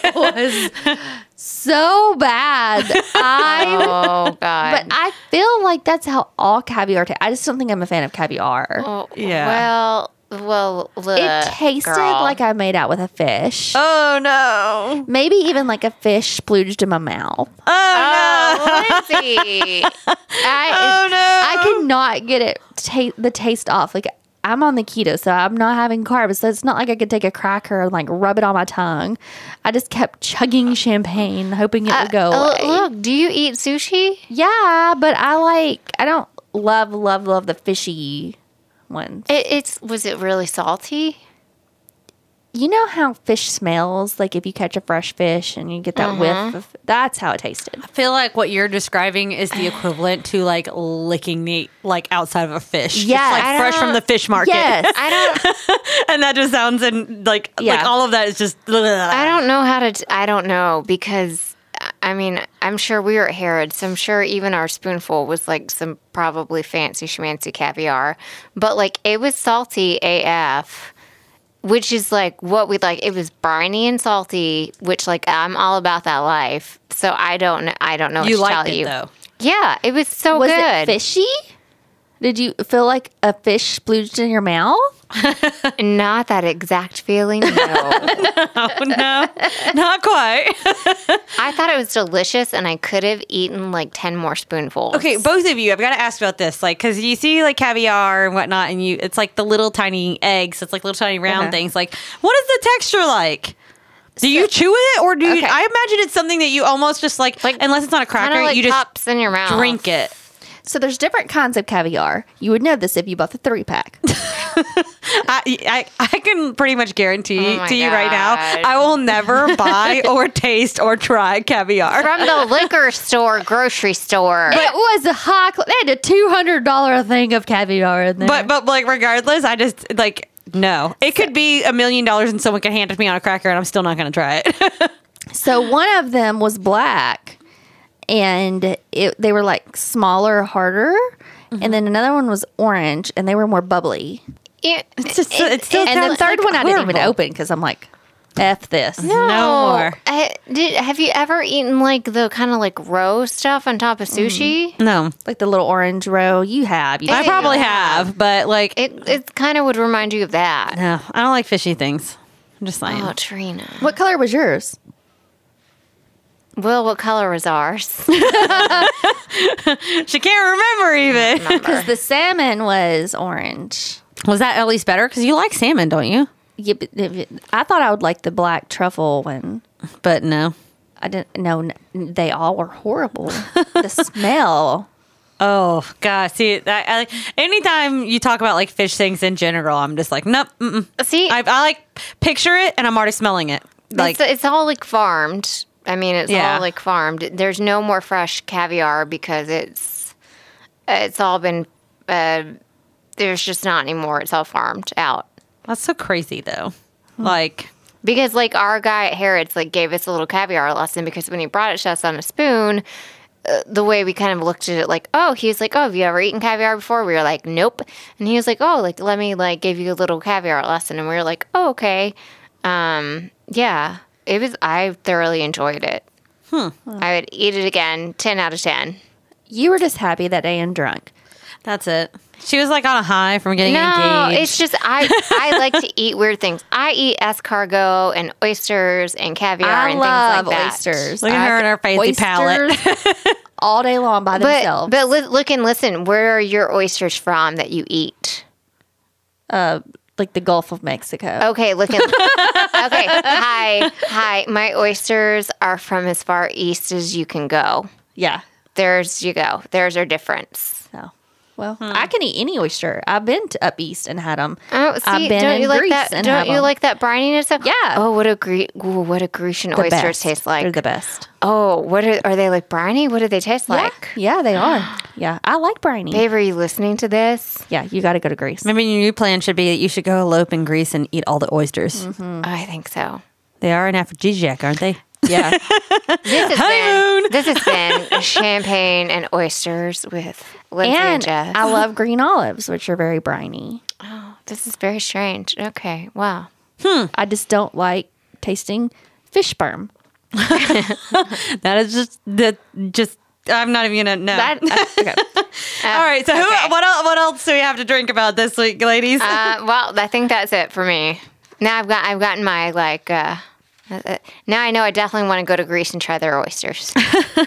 Speaker 1: so bad. I
Speaker 3: Oh, God.
Speaker 1: but I feel like that's how all caviar tastes. I just don't think I'm a fan of caviar.
Speaker 3: Oh,
Speaker 2: Yeah.
Speaker 3: Well, well, look,
Speaker 1: it tasted
Speaker 3: girl.
Speaker 1: like I made out with a fish.
Speaker 2: oh no.
Speaker 1: Maybe even like a fish splooged in my mouth.
Speaker 2: Uh,
Speaker 3: Oh, Lindsay.
Speaker 1: I,
Speaker 2: Oh no.
Speaker 1: I cannot get it ta- the taste off. Like I'm on the keto, so I'm not having carbs. So it's not like I could take a cracker and like rub it on my tongue. I just kept chugging champagne, hoping it would go
Speaker 3: Uh,
Speaker 1: away.
Speaker 3: Look, do you eat sushi?
Speaker 1: Yeah, but I like I don't love love love the fishy ones.
Speaker 3: It, it's was it really salty?
Speaker 1: You know how fish smells like if you catch a fresh fish and you get that whiff of that's how it tasted.
Speaker 2: I feel like what you're describing is the equivalent to like licking the like outside of a fish.
Speaker 1: Yeah,
Speaker 2: it's
Speaker 1: I
Speaker 2: like fresh from
Speaker 1: don't-
Speaker 2: the fish market.
Speaker 1: Yes.
Speaker 3: I don't.
Speaker 2: and that just sounds and like like
Speaker 1: Yeah.
Speaker 2: all of that is just.
Speaker 3: I don't know how to. t- I don't know because I- I mean I'm sure we were at Harrods. So I'm sure even our spoonful was like some probably fancy schmancy caviar, but like it was salty AF. Which is like what we like. It was briny and salty, which like I'm all about that life. So I don't, kn- I don't know. What
Speaker 2: you
Speaker 3: to
Speaker 2: liked
Speaker 3: tell
Speaker 2: it
Speaker 3: you.
Speaker 2: though.
Speaker 3: Yeah, it was so
Speaker 1: Was
Speaker 3: good.
Speaker 1: it fishy? Did you feel like a fish splooged in your mouth?
Speaker 3: Not that exact feeling. No.
Speaker 2: Oh, no, not quite.
Speaker 3: I thought it was delicious and I could have eaten like 10 more spoonfuls.
Speaker 2: Okay, both of you, I've got to ask about this, like, because you see like caviar and whatnot, and you, it's like the little tiny eggs. It's like little tiny round
Speaker 1: Okay.
Speaker 2: things. Like, what is the texture like? Do you chew it, or do you,
Speaker 3: Okay.
Speaker 2: I imagine it's something that you almost just like,
Speaker 3: Like-
Speaker 2: unless it's not a
Speaker 3: Kind of
Speaker 2: cracker,
Speaker 3: like
Speaker 2: you just
Speaker 3: pops in your mouth.
Speaker 2: drink it.
Speaker 1: So there's different kinds of caviar. You would know this if you bought the three pack.
Speaker 2: I, I, I can pretty much guarantee
Speaker 3: Oh my
Speaker 2: to you right now,
Speaker 3: God.
Speaker 2: I will never buy or taste or try caviar.
Speaker 3: From the liquor store, grocery store.
Speaker 1: it was a high. cla- They had a two hundred dollar thing of caviar in there.
Speaker 2: But but like regardless, I just like no. It could be a million dollars and someone could hand it to me on a cracker and I'm still not gonna try it.
Speaker 1: so one of them was black, and it, they were like smaller, harder. And then another one was orange, and they were more bubbly.
Speaker 3: It-
Speaker 2: It's just it's still
Speaker 1: and the
Speaker 2: sounds,
Speaker 1: third
Speaker 2: like,
Speaker 1: one I didn't even
Speaker 2: horrible.
Speaker 1: open because I'm like, f this.
Speaker 2: No more.
Speaker 3: I- did, have you ever eaten like the kind of like roe stuff on top of
Speaker 2: Mm.
Speaker 3: sushi?
Speaker 2: No.
Speaker 1: Like the little orange row you have. You
Speaker 2: I
Speaker 1: just-
Speaker 2: probably have, but like
Speaker 3: It it kind of would remind you of that.
Speaker 2: no, I don't like fishy things. I'm just saying.
Speaker 3: Oh, Trina.
Speaker 1: what color was yours?
Speaker 3: Well, what color was ours?
Speaker 2: She can't remember even.
Speaker 1: Because the salmon was orange.
Speaker 2: Was that at least better? Because you like salmon, don't you?
Speaker 1: Yeah, but if it- I thought I would like the black truffle one.
Speaker 2: But no.
Speaker 1: I didn't know n- they all were horrible. the smell.
Speaker 2: Oh god! See, that, I, anytime you talk about like fish things in general, I'm just like, nope. Mm-mm.
Speaker 3: See,
Speaker 2: I, I like picture it, and I'm already smelling it. Like,
Speaker 3: it's, it's all like farmed. I mean, it's
Speaker 2: Yeah.
Speaker 3: all like farmed. There's no more fresh caviar because it's it's all been uh, there's just not anymore. It's all farmed out
Speaker 2: That's so crazy, though.
Speaker 3: Hmm.
Speaker 2: Like,
Speaker 3: because like our guy at Harrods like gave us a little caviar lesson because when he brought it to us on a spoon. uh, The way we kind of looked at it, like, oh, he was like, oh, have you ever eaten caviar before? We were like, nope. And he was like, oh, like, let me like give you a little caviar lesson. And we were like, oh, okay. Um, yeah, it was. I thoroughly enjoyed it. I would eat it again. Ten out of ten.
Speaker 1: You were just happy that I am drunk.
Speaker 2: that's it. She was like on a high from getting
Speaker 3: No,
Speaker 2: engaged.
Speaker 3: it's just I. I like to eat weird things. I eat escargot and oysters and caviar
Speaker 1: I
Speaker 3: and
Speaker 1: love
Speaker 3: things like that.
Speaker 1: oysters.
Speaker 2: Look at
Speaker 1: I
Speaker 2: her and her
Speaker 1: could-
Speaker 2: fancy palate.
Speaker 1: oysters all day long by
Speaker 3: But
Speaker 1: themselves.
Speaker 3: but li- look and listen. Where are your oysters from that you eat?
Speaker 1: like the Gulf of Mexico.
Speaker 3: Okay, look and okay. Hi, hi. My oysters are from as far east as you can go.
Speaker 1: Yeah.
Speaker 3: There's you go. There's our difference.
Speaker 1: So, well, I can eat any oyster. I've been to up east and had them.
Speaker 3: Hmm. Oh, see,
Speaker 1: I've been
Speaker 3: don't
Speaker 1: in
Speaker 3: you like
Speaker 1: Greece
Speaker 3: that?
Speaker 1: and
Speaker 3: don't
Speaker 1: have
Speaker 3: you
Speaker 1: 'em.
Speaker 3: like that brininess stuff?
Speaker 1: Yeah.
Speaker 3: Oh, what a Gre- ooh, what a Grecian
Speaker 1: The
Speaker 3: oysters
Speaker 1: best.
Speaker 3: taste
Speaker 1: They're
Speaker 3: like.
Speaker 1: the best.
Speaker 3: oh, what are, are they like briny? What do they taste like?
Speaker 1: Yeah, yeah they are. Yeah, I like briny.
Speaker 3: Babe, are you listening to this?
Speaker 1: Yeah, you got to go to Greece.
Speaker 2: Maybe your new plan should be that you should go elope in Greece and eat all the oysters.
Speaker 1: Mm.
Speaker 3: Oh, I think so.
Speaker 2: They are an aphrodisiac, aren't they?
Speaker 1: Yeah.
Speaker 3: This has
Speaker 2: Honeymoon.
Speaker 3: been this has been champagne and oysters with Lindsay and,
Speaker 1: and
Speaker 3: Jess.
Speaker 1: I love green olives, which are very briny.
Speaker 3: this is very strange. Okay, wow. Mm.
Speaker 1: I just don't like tasting fish sperm.
Speaker 2: That is just that just. I'm not even gonna know.
Speaker 3: That, okay.
Speaker 2: all right, so who, what else? What else do we have to drink about this week, ladies?
Speaker 3: uh, well, I think that's it for me. Now I've got I've gotten my like. Uh, uh, now I know I definitely want to go to Greece and try their oysters.
Speaker 2: All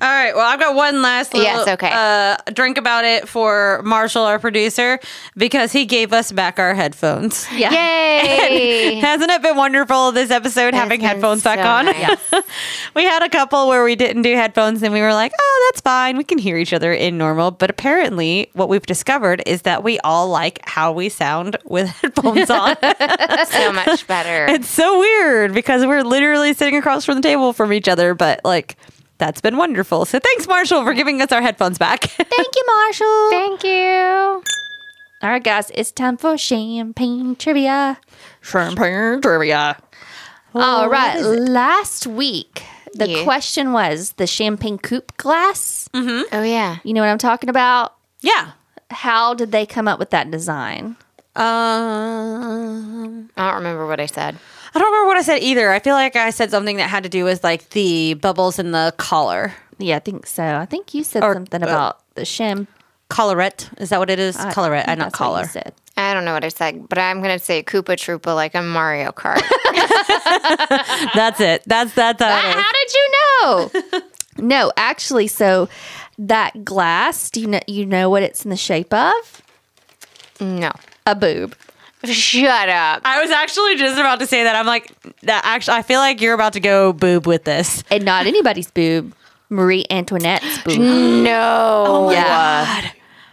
Speaker 2: right. Well, I've got one last little,
Speaker 3: Yes, okay.
Speaker 2: uh, drink about it for Marshall, our producer, because he gave us back our headphones.
Speaker 1: Yeah.
Speaker 3: Yay!
Speaker 2: Hasn't it been wonderful this episode having
Speaker 3: been
Speaker 2: headphones back
Speaker 3: so
Speaker 2: on?
Speaker 3: nice.
Speaker 2: we had a couple where we didn't do headphones and we were like, oh, that's fine. We can hear each other in normal. But apparently, what we've discovered is that we all like how we sound with headphones on.
Speaker 3: so much better.
Speaker 2: it's so weird because we're literally sitting across from the table from each other, but like, that's been wonderful. So thanks, Marshall, for giving us our headphones back.
Speaker 1: Thank you, Marshall.
Speaker 3: Thank you.
Speaker 1: All right, guys, it's time for champagne trivia. Champagne trivia. All right, last week the
Speaker 3: Yeah.
Speaker 1: question was the champagne coupe glass.
Speaker 3: Oh yeah.
Speaker 1: You know what I'm talking about?
Speaker 2: yeah.
Speaker 1: How did they come up with that design?
Speaker 2: Um,
Speaker 3: I don't remember what I said.
Speaker 2: I don't remember what I said either. I feel like I said something that had to do with like the bubbles in the collar.
Speaker 1: Yeah, I think so. I think you said
Speaker 2: Or-
Speaker 1: something
Speaker 2: uh,
Speaker 1: about the champagne.
Speaker 2: Collarette. Is that what it is? collarette, and uh, not
Speaker 1: that's what you
Speaker 2: collar.
Speaker 1: said.
Speaker 3: I don't know what it's like, but I'm gonna say Koopa Troopa like a Mario Kart.
Speaker 2: That's it. That's that's
Speaker 1: Ah,
Speaker 2: how it is.
Speaker 1: How did you know? no, actually, so that glass, do you know you know what it's in the shape of?
Speaker 3: no,
Speaker 1: A boob.
Speaker 3: shut up.
Speaker 2: I was actually just about to say that. I'm like, that actually, I feel like you're about to go boob with this.
Speaker 1: And not anybody's boob. Marie Antoinette's boob.
Speaker 3: No.
Speaker 1: yeah.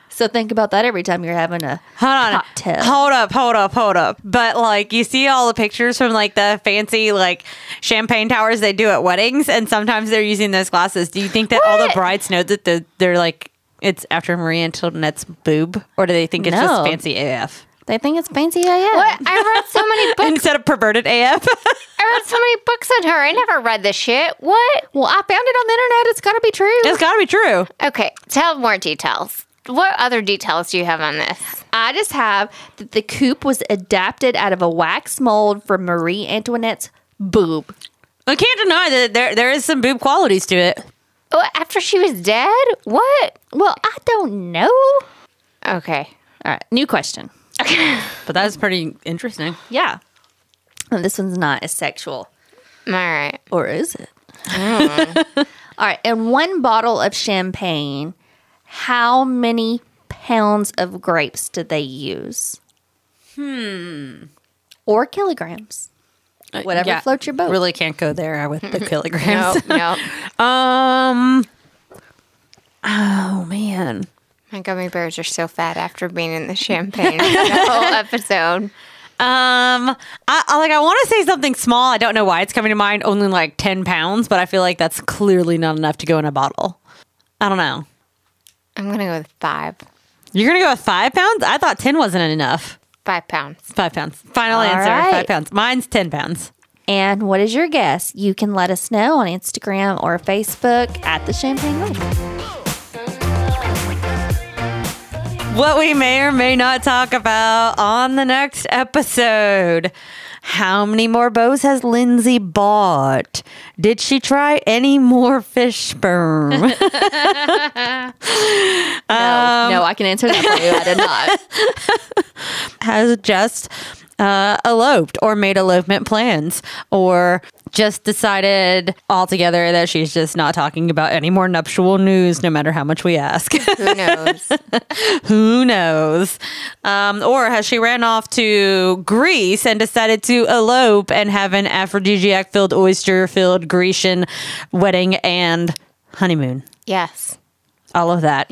Speaker 1: So think about that every time you're having a
Speaker 2: Hold on.
Speaker 1: Cocktail.
Speaker 2: Hold up, hold up, hold up. But like you see all the pictures from like the fancy like champagne towers they do at weddings and sometimes they're using those glasses. Do you think that all the
Speaker 1: What?
Speaker 2: brides know that they're, they're like it's after Marie Antoinette's boob or do they think it's
Speaker 1: No.
Speaker 2: just fancy AF?
Speaker 1: They think it's fancy AF.
Speaker 3: What? I read so many books.
Speaker 2: Instead of perverted AF?
Speaker 3: I read so many books on her. I never read this shit. What?
Speaker 1: Well, I found it on the internet. It's got to be true.
Speaker 2: it's got to be true.
Speaker 3: Okay, tell more details. What other details do you have on this?
Speaker 1: I just have that the coupe was adapted out of a wax mold from Marie Antoinette's boob.
Speaker 2: I can't deny that there there is some boob qualities to it.
Speaker 3: Oh, after she was dead? What?
Speaker 1: Well, I don't know.
Speaker 3: Okay.
Speaker 1: All right, new question.
Speaker 2: But that's pretty interesting.
Speaker 1: Yeah. And this one's not as sexual.
Speaker 3: All right.
Speaker 1: Or is it? All right. In one bottle of champagne, how many pounds of grapes did they use? Hmm. Or kilograms. Whatever
Speaker 2: Uh, Yeah.
Speaker 1: floats your boat.
Speaker 2: Really can't go there with the kilograms.
Speaker 3: Nope, nope.
Speaker 2: Um Oh man.
Speaker 3: My gummy bears are so fat after being in the champagne the whole episode.
Speaker 2: Um, I, I like I want to say something small. I don't know why it's coming to mind. Only like ten pounds, but I feel like that's clearly not enough to go in a bottle. I don't know.
Speaker 3: I'm gonna go with five.
Speaker 2: You're gonna go with five pounds? I thought ten wasn't enough.
Speaker 3: Five pounds.
Speaker 2: Five pounds. Final
Speaker 1: All
Speaker 2: answer.
Speaker 1: right.
Speaker 2: Five pounds. Mine's ten pounds.
Speaker 1: And what is your guess? You can let us know on Instagram or Facebook at the Champagne Room.
Speaker 2: What we may or may not talk about on the next episode. How many more bows has Lindsay bought? Did she try any more fish sperm?
Speaker 1: no, I can answer that for you. I did not.
Speaker 2: has just uh, eloped or made elopement plans or just decided altogether that she's just not talking about any more nuptial news no matter how much we ask.
Speaker 3: Who knows?
Speaker 2: Who knows? Um, or has she ran off to Greece and decided to elope and have an aphrodisiac filled, oyster filled Grecian wedding and honeymoon?
Speaker 3: yes.
Speaker 2: All of that.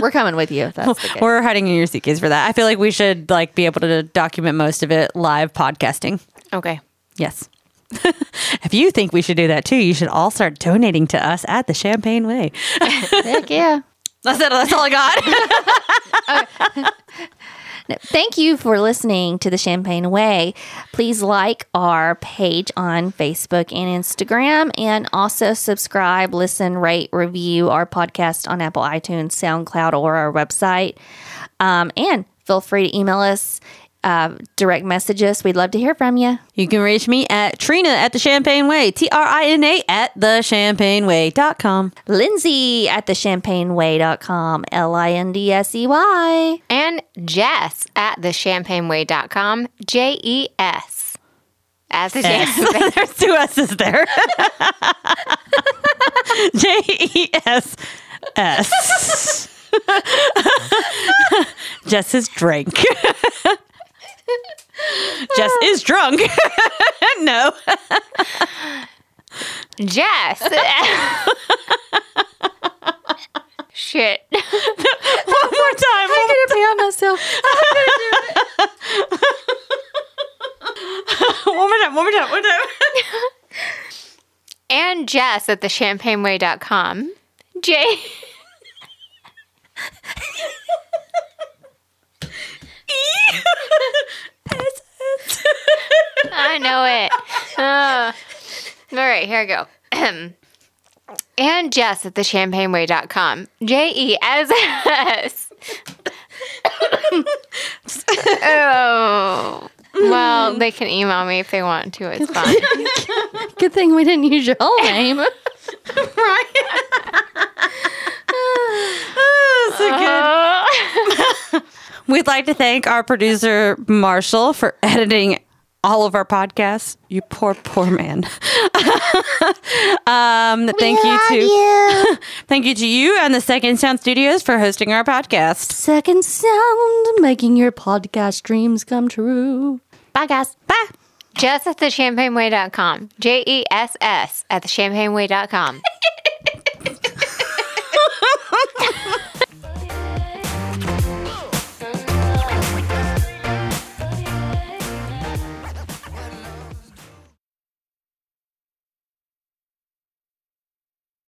Speaker 1: We're coming with you. If that's the case.
Speaker 2: We're hiding in your suitcase for that. I feel like we should like be able to document most of it live podcasting.
Speaker 3: Okay.
Speaker 2: Yes. if you think we should do that too, you should all start donating to us at the Champagne Way.
Speaker 1: Heck yeah.
Speaker 2: That's it. That's all I got.
Speaker 1: Thank you for listening to The Champagne Way. Please like our page on Facebook and Instagram, and also subscribe, listen, rate, review our podcast on Apple, iTunes, SoundCloud, or our website. Um, and feel free to email us, uh, direct message us. We'd love to hear from you.
Speaker 2: you can reach me at Trina at the Champagne Way, T R I N A at the Champagne Way.com.
Speaker 1: Lindsay at thechampagneway.com, L I N D S E Y.
Speaker 3: And Jess at thechampagneway.com. J E S. As the champagne.
Speaker 2: There's two S's there. J E S S. Jess is drunk. Jess is drunk. no.
Speaker 3: Jess. Shit.
Speaker 2: One more time. One more
Speaker 1: to be on myself.
Speaker 2: time. One more time. One more time. One more time.
Speaker 3: And Jess at thechampagneway.com. J. E I know it. Oh. All right, here I go. Ahem. and Jess at thechampagneway.com. J E S S. Oh. Well, they can email me if they want to. It's fine.
Speaker 1: Good thing we didn't use your whole name.
Speaker 2: Oh, so good.
Speaker 3: Oh.
Speaker 2: We We'd like to thank our producer, Marshall, for editing all of our podcasts. You poor, poor man. um, thank you to thank you to you and the Second Sound Studios for hosting our podcast.
Speaker 1: Second sound, making your podcast dreams come true.
Speaker 3: Bye, guys.
Speaker 2: Bye.
Speaker 3: Jess at the champagneway.com. J E S S at the champagneway.com.